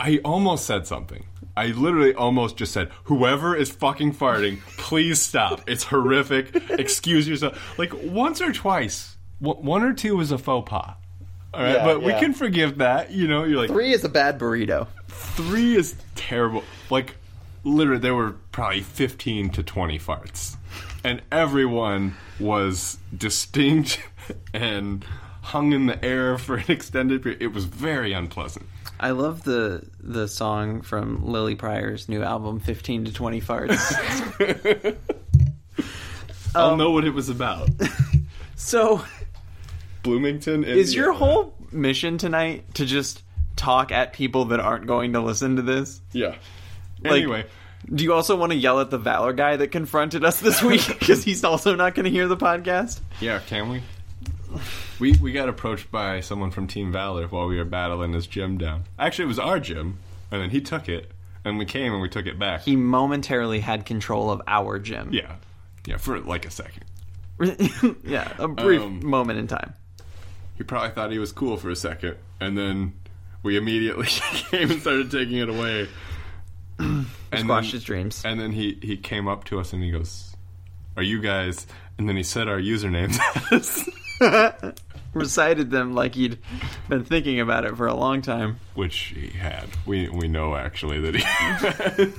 [SPEAKER 3] I almost said something. I literally almost just said, "Whoever is fucking farting, please stop. It's horrific. Excuse yourself." Like once or twice, w- one or two was a faux pas. All right,
[SPEAKER 2] Yeah,
[SPEAKER 3] but we
[SPEAKER 2] yeah.
[SPEAKER 3] can forgive that. You know, you're like
[SPEAKER 2] Three is a bad burrito.
[SPEAKER 3] three is terrible. Like, literally, there were probably 15 to 20 farts. And everyone was distinct [LAUGHS] and hung in the air for an extended period. It was very unpleasant.
[SPEAKER 2] I love the the song from Lily Pryor's new album, Fifteen to Twenty Farts. Oh.
[SPEAKER 3] I'll know what it was
[SPEAKER 2] [LAUGHS]
[SPEAKER 3] about.
[SPEAKER 2] so,
[SPEAKER 3] Bloomington.
[SPEAKER 2] is your
[SPEAKER 3] Indiana.
[SPEAKER 2] whole mission tonight to just talk at people that aren't going to listen to this?
[SPEAKER 3] Yeah.
[SPEAKER 2] Like-
[SPEAKER 3] anyway,
[SPEAKER 2] Do you also want to yell at the Valor guy that confronted us this [LAUGHS] week because he's also not going to hear the podcast?
[SPEAKER 3] yeah, can we? We, we got approached by someone from Team Valor while we were battling this gym down. Actually, it was our gym, and then he took it, and we came and we took it back.
[SPEAKER 2] He momentarily had control of our gym.
[SPEAKER 3] Yeah. Yeah, for like a second.
[SPEAKER 2] [LAUGHS] yeah, a brief
[SPEAKER 3] Um,
[SPEAKER 2] moment in time.
[SPEAKER 3] He probably thought he was cool for a second, and then we immediately [LAUGHS] came and started taking
[SPEAKER 2] [CLEARS THROAT]
[SPEAKER 3] it away. and,
[SPEAKER 2] Squashed
[SPEAKER 3] then,
[SPEAKER 2] his dreams.
[SPEAKER 3] and then he, he came up to us and he goes, Are you guys? And then he said our usernames [LAUGHS] at us,
[SPEAKER 2] Recited them like he'd been thinking about it for a long time.
[SPEAKER 3] which he had. We, we know actually that he [LAUGHS] had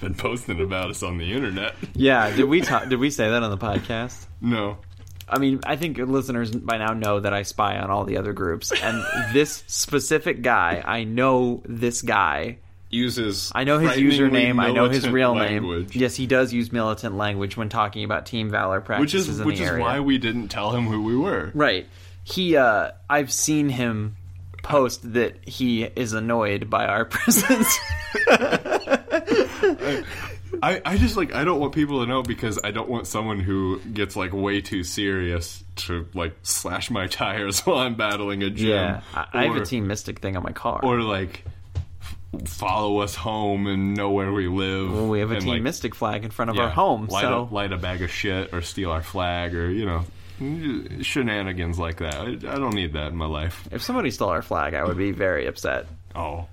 [SPEAKER 3] been posting about us on the internet.
[SPEAKER 2] Yeah, did we talk, did we say that on the podcast?
[SPEAKER 3] No.
[SPEAKER 2] I mean, I think listeners by now know that I spy on all the other groups,
[SPEAKER 3] [LAUGHS]
[SPEAKER 2] and this specific guy, I know this guy.
[SPEAKER 3] Uses.
[SPEAKER 2] I know his
[SPEAKER 3] frighteningly
[SPEAKER 2] username. I know his
[SPEAKER 3] militant
[SPEAKER 2] real
[SPEAKER 3] language.
[SPEAKER 2] name. Yes, he does use militant language when talking about Team Valor
[SPEAKER 3] Which
[SPEAKER 2] practices
[SPEAKER 3] is
[SPEAKER 2] in
[SPEAKER 3] which
[SPEAKER 2] the
[SPEAKER 3] is
[SPEAKER 2] area.
[SPEAKER 3] why we didn't tell him who we were.
[SPEAKER 2] right. He, uh, I've seen him post that he is annoyed by our [LAUGHS]
[SPEAKER 3] [LAUGHS]
[SPEAKER 2] presence.
[SPEAKER 3] I, I just like I don't want people to know because I don't want someone who gets like way too serious to like slash my [LAUGHS] tires while I'm battling a gym.
[SPEAKER 2] yeah, I, I have
[SPEAKER 3] Or-
[SPEAKER 2] a Team Mystic thing on my car.
[SPEAKER 3] Or like f- follow us home and know where we live.
[SPEAKER 2] we have a
[SPEAKER 3] and,
[SPEAKER 2] Team
[SPEAKER 3] like,
[SPEAKER 2] Mystic flag in front of
[SPEAKER 3] yeah,
[SPEAKER 2] our home,
[SPEAKER 3] Light,
[SPEAKER 2] so
[SPEAKER 3] a, light a bag of shit or steal our flag or you know shenanigans like that. I, I don't need that in my life.
[SPEAKER 2] if somebody stole our flag, I would be very upset.
[SPEAKER 3] Oh,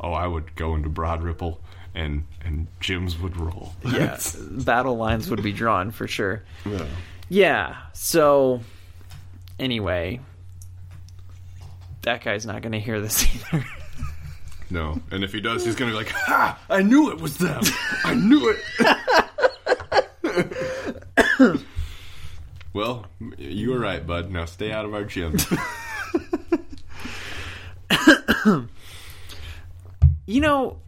[SPEAKER 3] oh, I would go into Broad Ripple and and gyms
[SPEAKER 2] [LAUGHS]
[SPEAKER 3] would roll.
[SPEAKER 2] yeah, battle lines would be drawn for sure. Yeah. So, anyway, that guy's not going to hear this [LAUGHS] either.
[SPEAKER 3] No. And if he does, he's going to be like, Ha! I knew it was them! I knew it! well, you were right, bud. Now stay out of our gym.
[SPEAKER 2] you know,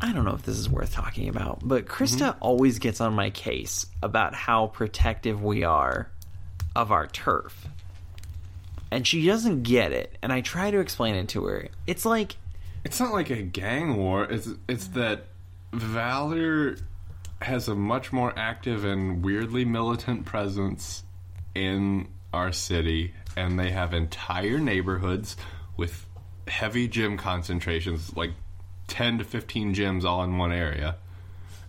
[SPEAKER 2] I don't know if this is worth talking about, but Krista always gets on my case about how protective we are of our turf. And she doesn't get it, and I try to explain it to her. It's like
[SPEAKER 3] it's not like a gang war. It's, it's that Valor has a much more active and weirdly militant presence in our city, and they have entire neighborhoods with heavy gym concentrations, like 10 to 15 gyms all in one area.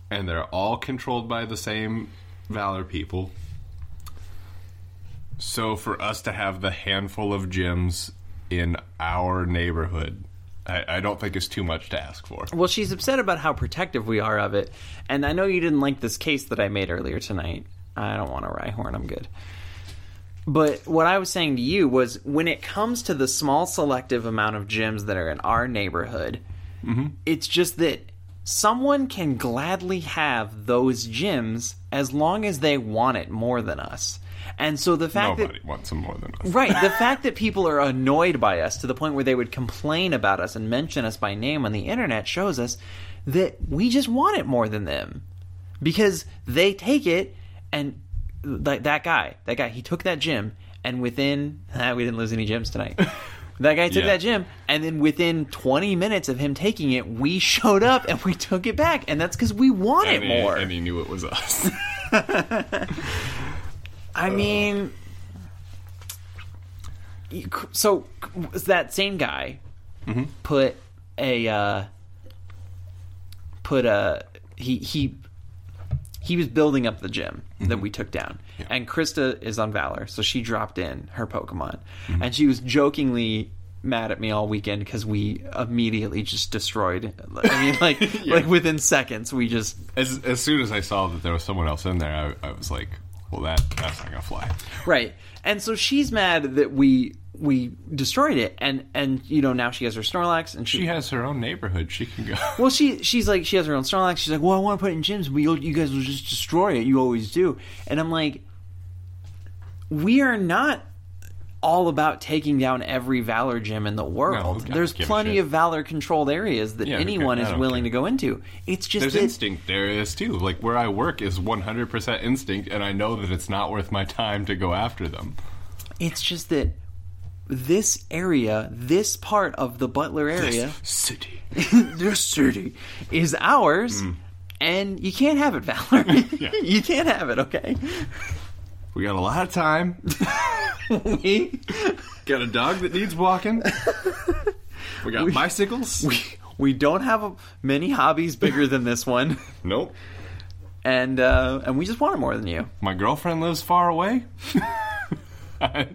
[SPEAKER 3] and they're all controlled by the same Valor people. So for us to have the handful of gyms in our neighborhood, I, I don't think it's too much to ask for.
[SPEAKER 2] Well, she's upset about how protective we are of it, and I know you didn't like this case that I made earlier tonight. I don't want to rye horn. I'm good. But what I was saying to you was, when it comes to the small selective amount of gyms that are in our neighborhood, it's just that someone can gladly have those gyms as long as they want it more than us. And so the fact that
[SPEAKER 3] Nobody wants them more than us.
[SPEAKER 2] Right.
[SPEAKER 3] [LAUGHS]
[SPEAKER 2] The fact that people are annoyed by us to the point where they would complain about us and mention us by name on the internet shows us that we just want it more than them because they take it and like that guy, that guy, he took that gym and within [LAUGHS] ah, we didn't lose any gyms tonight.
[SPEAKER 3] [LAUGHS]
[SPEAKER 2] That guy took
[SPEAKER 3] Yeah.
[SPEAKER 2] that gym, and then within 20 minutes of him taking it, we [LAUGHS] showed up and we took it back, and that's because we want
[SPEAKER 3] And
[SPEAKER 2] it
[SPEAKER 3] he-
[SPEAKER 2] more.
[SPEAKER 3] and he knew it was us.
[SPEAKER 2] I mean, you- so that same guy put a uh, put a he he he was building up the gym that we took down and krista is on valor so she dropped in her pokemon and she was jokingly mad at me all weekend because we immediately just destroyed i mean like like within seconds we just
[SPEAKER 3] [LAUGHS] As, as soon as I saw that there was someone else in there, I, I was like, well, that that's not gonna fly.
[SPEAKER 2] Right. And so she's mad that we we destroyed it and and you know now she has her Snorlax and she,
[SPEAKER 3] She has her own neighborhood.
[SPEAKER 2] [LAUGHS]
[SPEAKER 3] She can go.
[SPEAKER 2] well she she's like she has her own Snorlax. She's like, "Well, I want to put it in gyms, but you'll, you guys will just destroy it. You always do." And I'm like, "We are not all about taking down every Valor gym in the world.
[SPEAKER 3] don't
[SPEAKER 2] There's
[SPEAKER 3] give a
[SPEAKER 2] plenty
[SPEAKER 3] shit.
[SPEAKER 2] of Valor controlled areas that
[SPEAKER 3] Yeah, who
[SPEAKER 2] anyone
[SPEAKER 3] cares?
[SPEAKER 2] is
[SPEAKER 3] I don't
[SPEAKER 2] willing to
[SPEAKER 3] care.
[SPEAKER 2] go into. It's just
[SPEAKER 3] There's
[SPEAKER 2] that-
[SPEAKER 3] instinct there is too. Like where I work is 100% instinct, and I know that it's not worth my time to go after them.
[SPEAKER 2] it's just that this area, this part of the Butler area
[SPEAKER 3] City.
[SPEAKER 2] [LAUGHS] this city is ours,
[SPEAKER 3] Hmm.
[SPEAKER 2] and you can't have it,
[SPEAKER 3] [LAUGHS]
[SPEAKER 2] Valor. [LAUGHS] You can't have it, okay?
[SPEAKER 3] We got a lot of time. [LAUGHS]
[SPEAKER 2] We,
[SPEAKER 3] Got a dog that needs walking. We got bicycles.
[SPEAKER 2] we don't have many hobbies bigger than this one, [LAUGHS]
[SPEAKER 3] nope.
[SPEAKER 2] and uh, and we just want it more than you.
[SPEAKER 3] My girlfriend lives far away. [LAUGHS] I,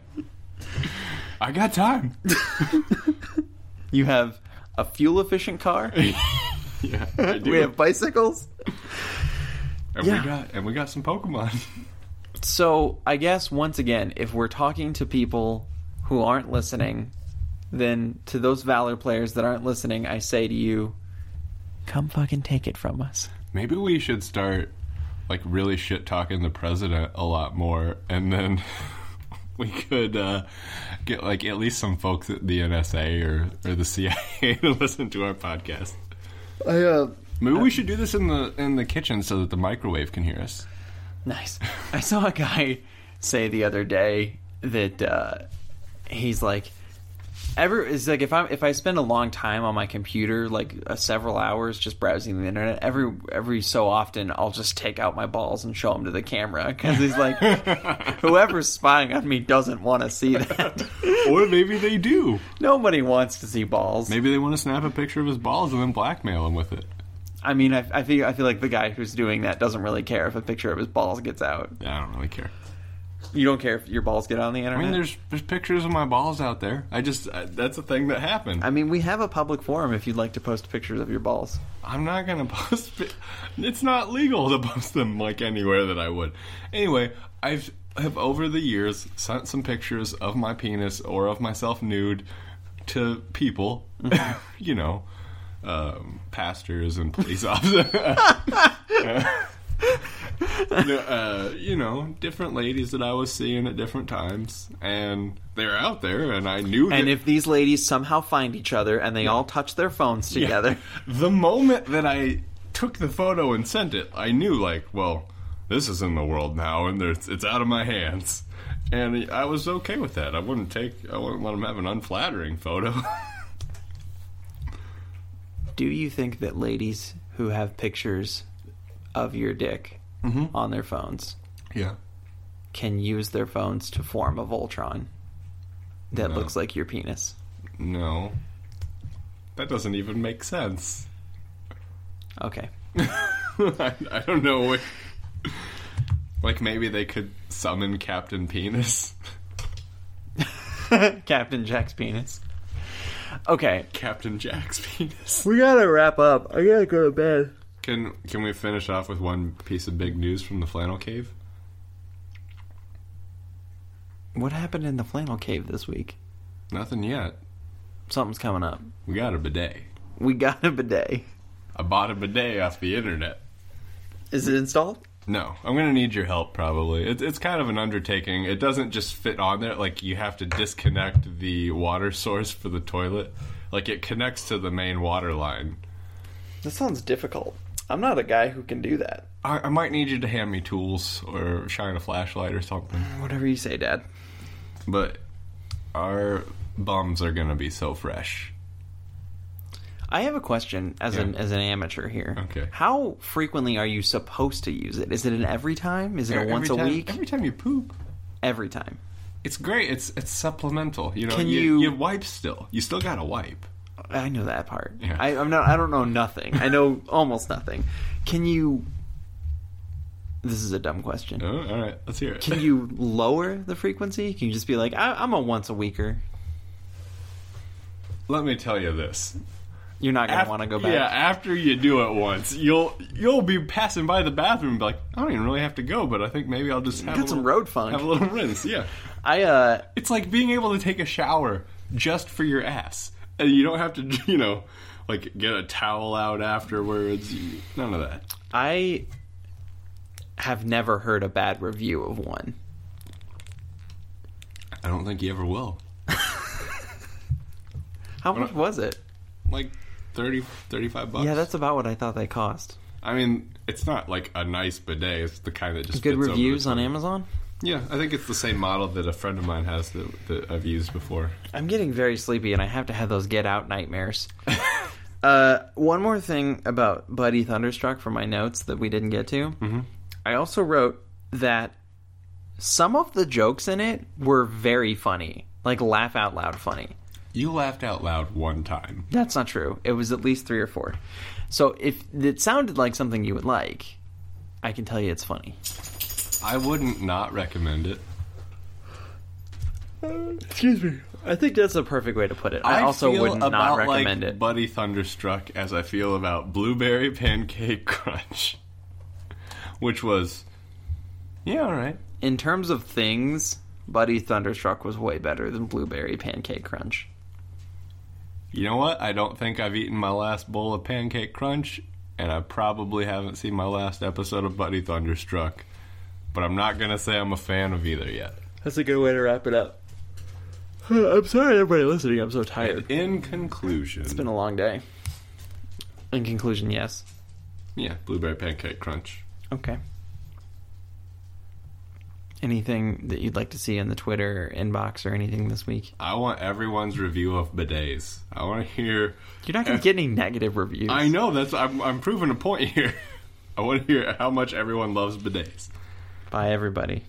[SPEAKER 3] I got time.
[SPEAKER 2] You have a fuel efficient car.
[SPEAKER 3] [LAUGHS] Yeah, I
[SPEAKER 2] [LAUGHS]
[SPEAKER 3] do.
[SPEAKER 2] We have bicycles.
[SPEAKER 3] and
[SPEAKER 2] yeah.
[SPEAKER 3] we got and we got some Pokemon. [LAUGHS]
[SPEAKER 2] So I guess once again, if we're talking to people who aren't listening, then to those Valor players that aren't listening, I say to you, come fucking take it from us.
[SPEAKER 3] Maybe we should start like really shit talking the president a lot more, and then [LAUGHS] we could uh, get like at least some folks at the NSA or, or the [LAUGHS] CIA to listen to our podcast.
[SPEAKER 2] I, uh,
[SPEAKER 3] Maybe we should do this in the in the kitchen so that the microwave can hear us.
[SPEAKER 2] Nice. I saw a guy say the other day that uh, he's like, ever is like if I am if I spend a long time on my computer, like uh, several hours just browsing the internet, every every so often I'll just take out my balls and show them to the camera because he's
[SPEAKER 3] [LAUGHS]
[SPEAKER 2] like, whoever's spying on me doesn't want to see
[SPEAKER 3] [LAUGHS]
[SPEAKER 2] that.
[SPEAKER 3] Or maybe
[SPEAKER 2] [LAUGHS]
[SPEAKER 3] they do.
[SPEAKER 2] Nobody wants to see balls.
[SPEAKER 3] Maybe they want to snap a picture of his balls and then blackmail him with it.
[SPEAKER 2] I mean, I, I feel I feel like the guy who's doing that doesn't really care if a picture of his balls gets out.
[SPEAKER 3] I don't really care.
[SPEAKER 2] You don't care if your balls get on the
[SPEAKER 3] I
[SPEAKER 2] internet.
[SPEAKER 3] mean, there's there's pictures of my balls out there. I just I, that's a thing that happened.
[SPEAKER 2] I mean, we have a public forum if you'd like to post pictures of your balls.
[SPEAKER 3] I'm not gonna [LAUGHS] post. pi- It's not legal to post them like anywhere that I would. Anyway, I've have over the years sent some pictures of my penis or of myself nude to people, [LAUGHS] you know, um, pastors and police officers. No, uh, you know, different ladies that I was seeing at different times, and they're out there, and I knew.
[SPEAKER 2] And
[SPEAKER 3] that-
[SPEAKER 2] if these ladies somehow find each other and they all touch their phones together,
[SPEAKER 3] [LAUGHS] the moment that I took the photo and sent it, I knew like, well, this is in the world now, and there's, it's out of my hands. And I was okay with that. I wouldn't take. I wouldn't let him have an unflattering photo. [LAUGHS]
[SPEAKER 2] do you think that ladies who have pictures of your dick on their phones
[SPEAKER 3] yeah.
[SPEAKER 2] can use their phones to form a Voltron that
[SPEAKER 3] No.
[SPEAKER 2] looks like your penis?
[SPEAKER 3] No. That doesn't even make sense.
[SPEAKER 2] [LAUGHS]
[SPEAKER 3] [LAUGHS]
[SPEAKER 2] Okay.
[SPEAKER 3] I, I don't know. What, [LAUGHS] like maybe they could summon Captain Penis, [LAUGHS]
[SPEAKER 2] Captain Jack's penis. Okay.
[SPEAKER 3] Captain Jack's [LAUGHS] penis.
[SPEAKER 2] We gotta wrap up. I gotta go to bed.
[SPEAKER 3] Can can we finish off with one piece of big news from the Flannel Cave?
[SPEAKER 2] What happened in the flannel cave this week?
[SPEAKER 3] Nothing yet.
[SPEAKER 2] Something's coming up.
[SPEAKER 3] We got a bidet.
[SPEAKER 2] We got a bidet.
[SPEAKER 3] I bought a bidet off the internet.
[SPEAKER 2] Is it installed?
[SPEAKER 3] No, I'm gonna need your help probably. It, it's kind of an undertaking. It doesn't just fit on there. Like you have to disconnect the water source for the toilet. Like it connects to the main water line.
[SPEAKER 2] That sounds difficult. I'm not a guy who can do that.
[SPEAKER 3] I, I might need you to hand me tools or shine a flashlight or something.
[SPEAKER 2] Whatever you say, Dad.
[SPEAKER 3] But our bums are gonna be so fresh.
[SPEAKER 2] I have a question as an
[SPEAKER 3] Yeah.
[SPEAKER 2] as an amateur here.
[SPEAKER 3] Okay.
[SPEAKER 2] How frequently are you supposed to use it? Is it an every time? Is it a
[SPEAKER 3] Every
[SPEAKER 2] once a
[SPEAKER 3] time-
[SPEAKER 2] week?
[SPEAKER 3] Every time you poop.
[SPEAKER 2] Every time.
[SPEAKER 3] It's great. It's it's supplemental. You know,
[SPEAKER 2] Can
[SPEAKER 3] you,
[SPEAKER 2] you-
[SPEAKER 3] you wipe still. You still gotta wipe.
[SPEAKER 2] I know that part.
[SPEAKER 3] Yeah.
[SPEAKER 2] I, I'm not. I don't know nothing. I know [LAUGHS] almost nothing. Can you? This is a dumb question.
[SPEAKER 3] Oh, all right, let's hear it. [LAUGHS]
[SPEAKER 2] Can you lower the frequency? Can you just be like, I, I'm a once a weeker.
[SPEAKER 3] Let me tell you this.
[SPEAKER 2] You're not gonna
[SPEAKER 3] Af-
[SPEAKER 2] want to go back.
[SPEAKER 3] Yeah, after you do it once, you'll you'll be passing by the bathroom and be like, I don't even really have to go, but I think maybe I'll just have a
[SPEAKER 2] Got some
[SPEAKER 3] little,
[SPEAKER 2] road funk.
[SPEAKER 3] Have a little rinse. Yeah,
[SPEAKER 2] I uh,
[SPEAKER 3] it's like being able to take a shower just for your ass, and you don't have to, [LAUGHS] you know, like get a towel out afterwards. You- None of that.
[SPEAKER 2] I have never heard a bad review of one.
[SPEAKER 3] I don't think you ever will.
[SPEAKER 2] How much was it?
[SPEAKER 3] Like 30, 35 bucks.
[SPEAKER 2] Yeah, that's about what I thought they cost.
[SPEAKER 3] I mean, it's not like a nice bidet. It's the kind that just
[SPEAKER 2] Good
[SPEAKER 3] fits over the
[SPEAKER 2] reviews on
[SPEAKER 3] toilet.
[SPEAKER 2] Amazon.
[SPEAKER 3] Yeah, I think it's the same model that a friend of mine has that, that I've used before.
[SPEAKER 2] I'm getting very sleepy, and I have to have those get out
[SPEAKER 3] [LAUGHS]
[SPEAKER 2] nightmares. uh, one more thing about Buddy Thunderstruck from my notes that we didn't get to. Mm-hmm. I also wrote that some of the jokes in it were very funny, like laugh out loud funny.
[SPEAKER 3] You laughed out loud one time.
[SPEAKER 2] That's not true. It was at least three or four. So if it sounded like something you would like, I can tell you it's funny.
[SPEAKER 3] I wouldn't not recommend it.
[SPEAKER 2] Excuse me. I think that's the perfect way to put it. I, also
[SPEAKER 3] feel
[SPEAKER 2] would not
[SPEAKER 3] about,
[SPEAKER 2] recommend
[SPEAKER 3] like,
[SPEAKER 2] it.
[SPEAKER 3] Buddy Thunderstruck as I feel about Blueberry Pancake [LAUGHS] Crunch, which was yeah, all right.
[SPEAKER 2] In terms of things, Buddy Thunderstruck was way better than Blueberry Pancake Crunch.
[SPEAKER 3] You know what? I don't think I've eaten my last bowl of Pancake Crunch, and I probably haven't seen my last episode of Buddy Thunderstruck. But I'm not gonna say I'm a fan of either yet.
[SPEAKER 2] That's a good way to wrap it up. I'm sorry, everybody listening. I'm so tired.
[SPEAKER 3] In conclusion,
[SPEAKER 2] It's been a long day. In conclusion, yes.
[SPEAKER 3] yeah, Blueberry Pancake Crunch.
[SPEAKER 2] Okay. Anything that you'd like to see in the Twitter inbox or anything this week?
[SPEAKER 3] I want everyone's review of bidets. I want to hear.
[SPEAKER 2] You're not going to get any negative reviews.
[SPEAKER 3] I know that's. I'm, I'm [LAUGHS] proving a point here. I want to hear how much everyone loves bidets.
[SPEAKER 2] Bye, everybody.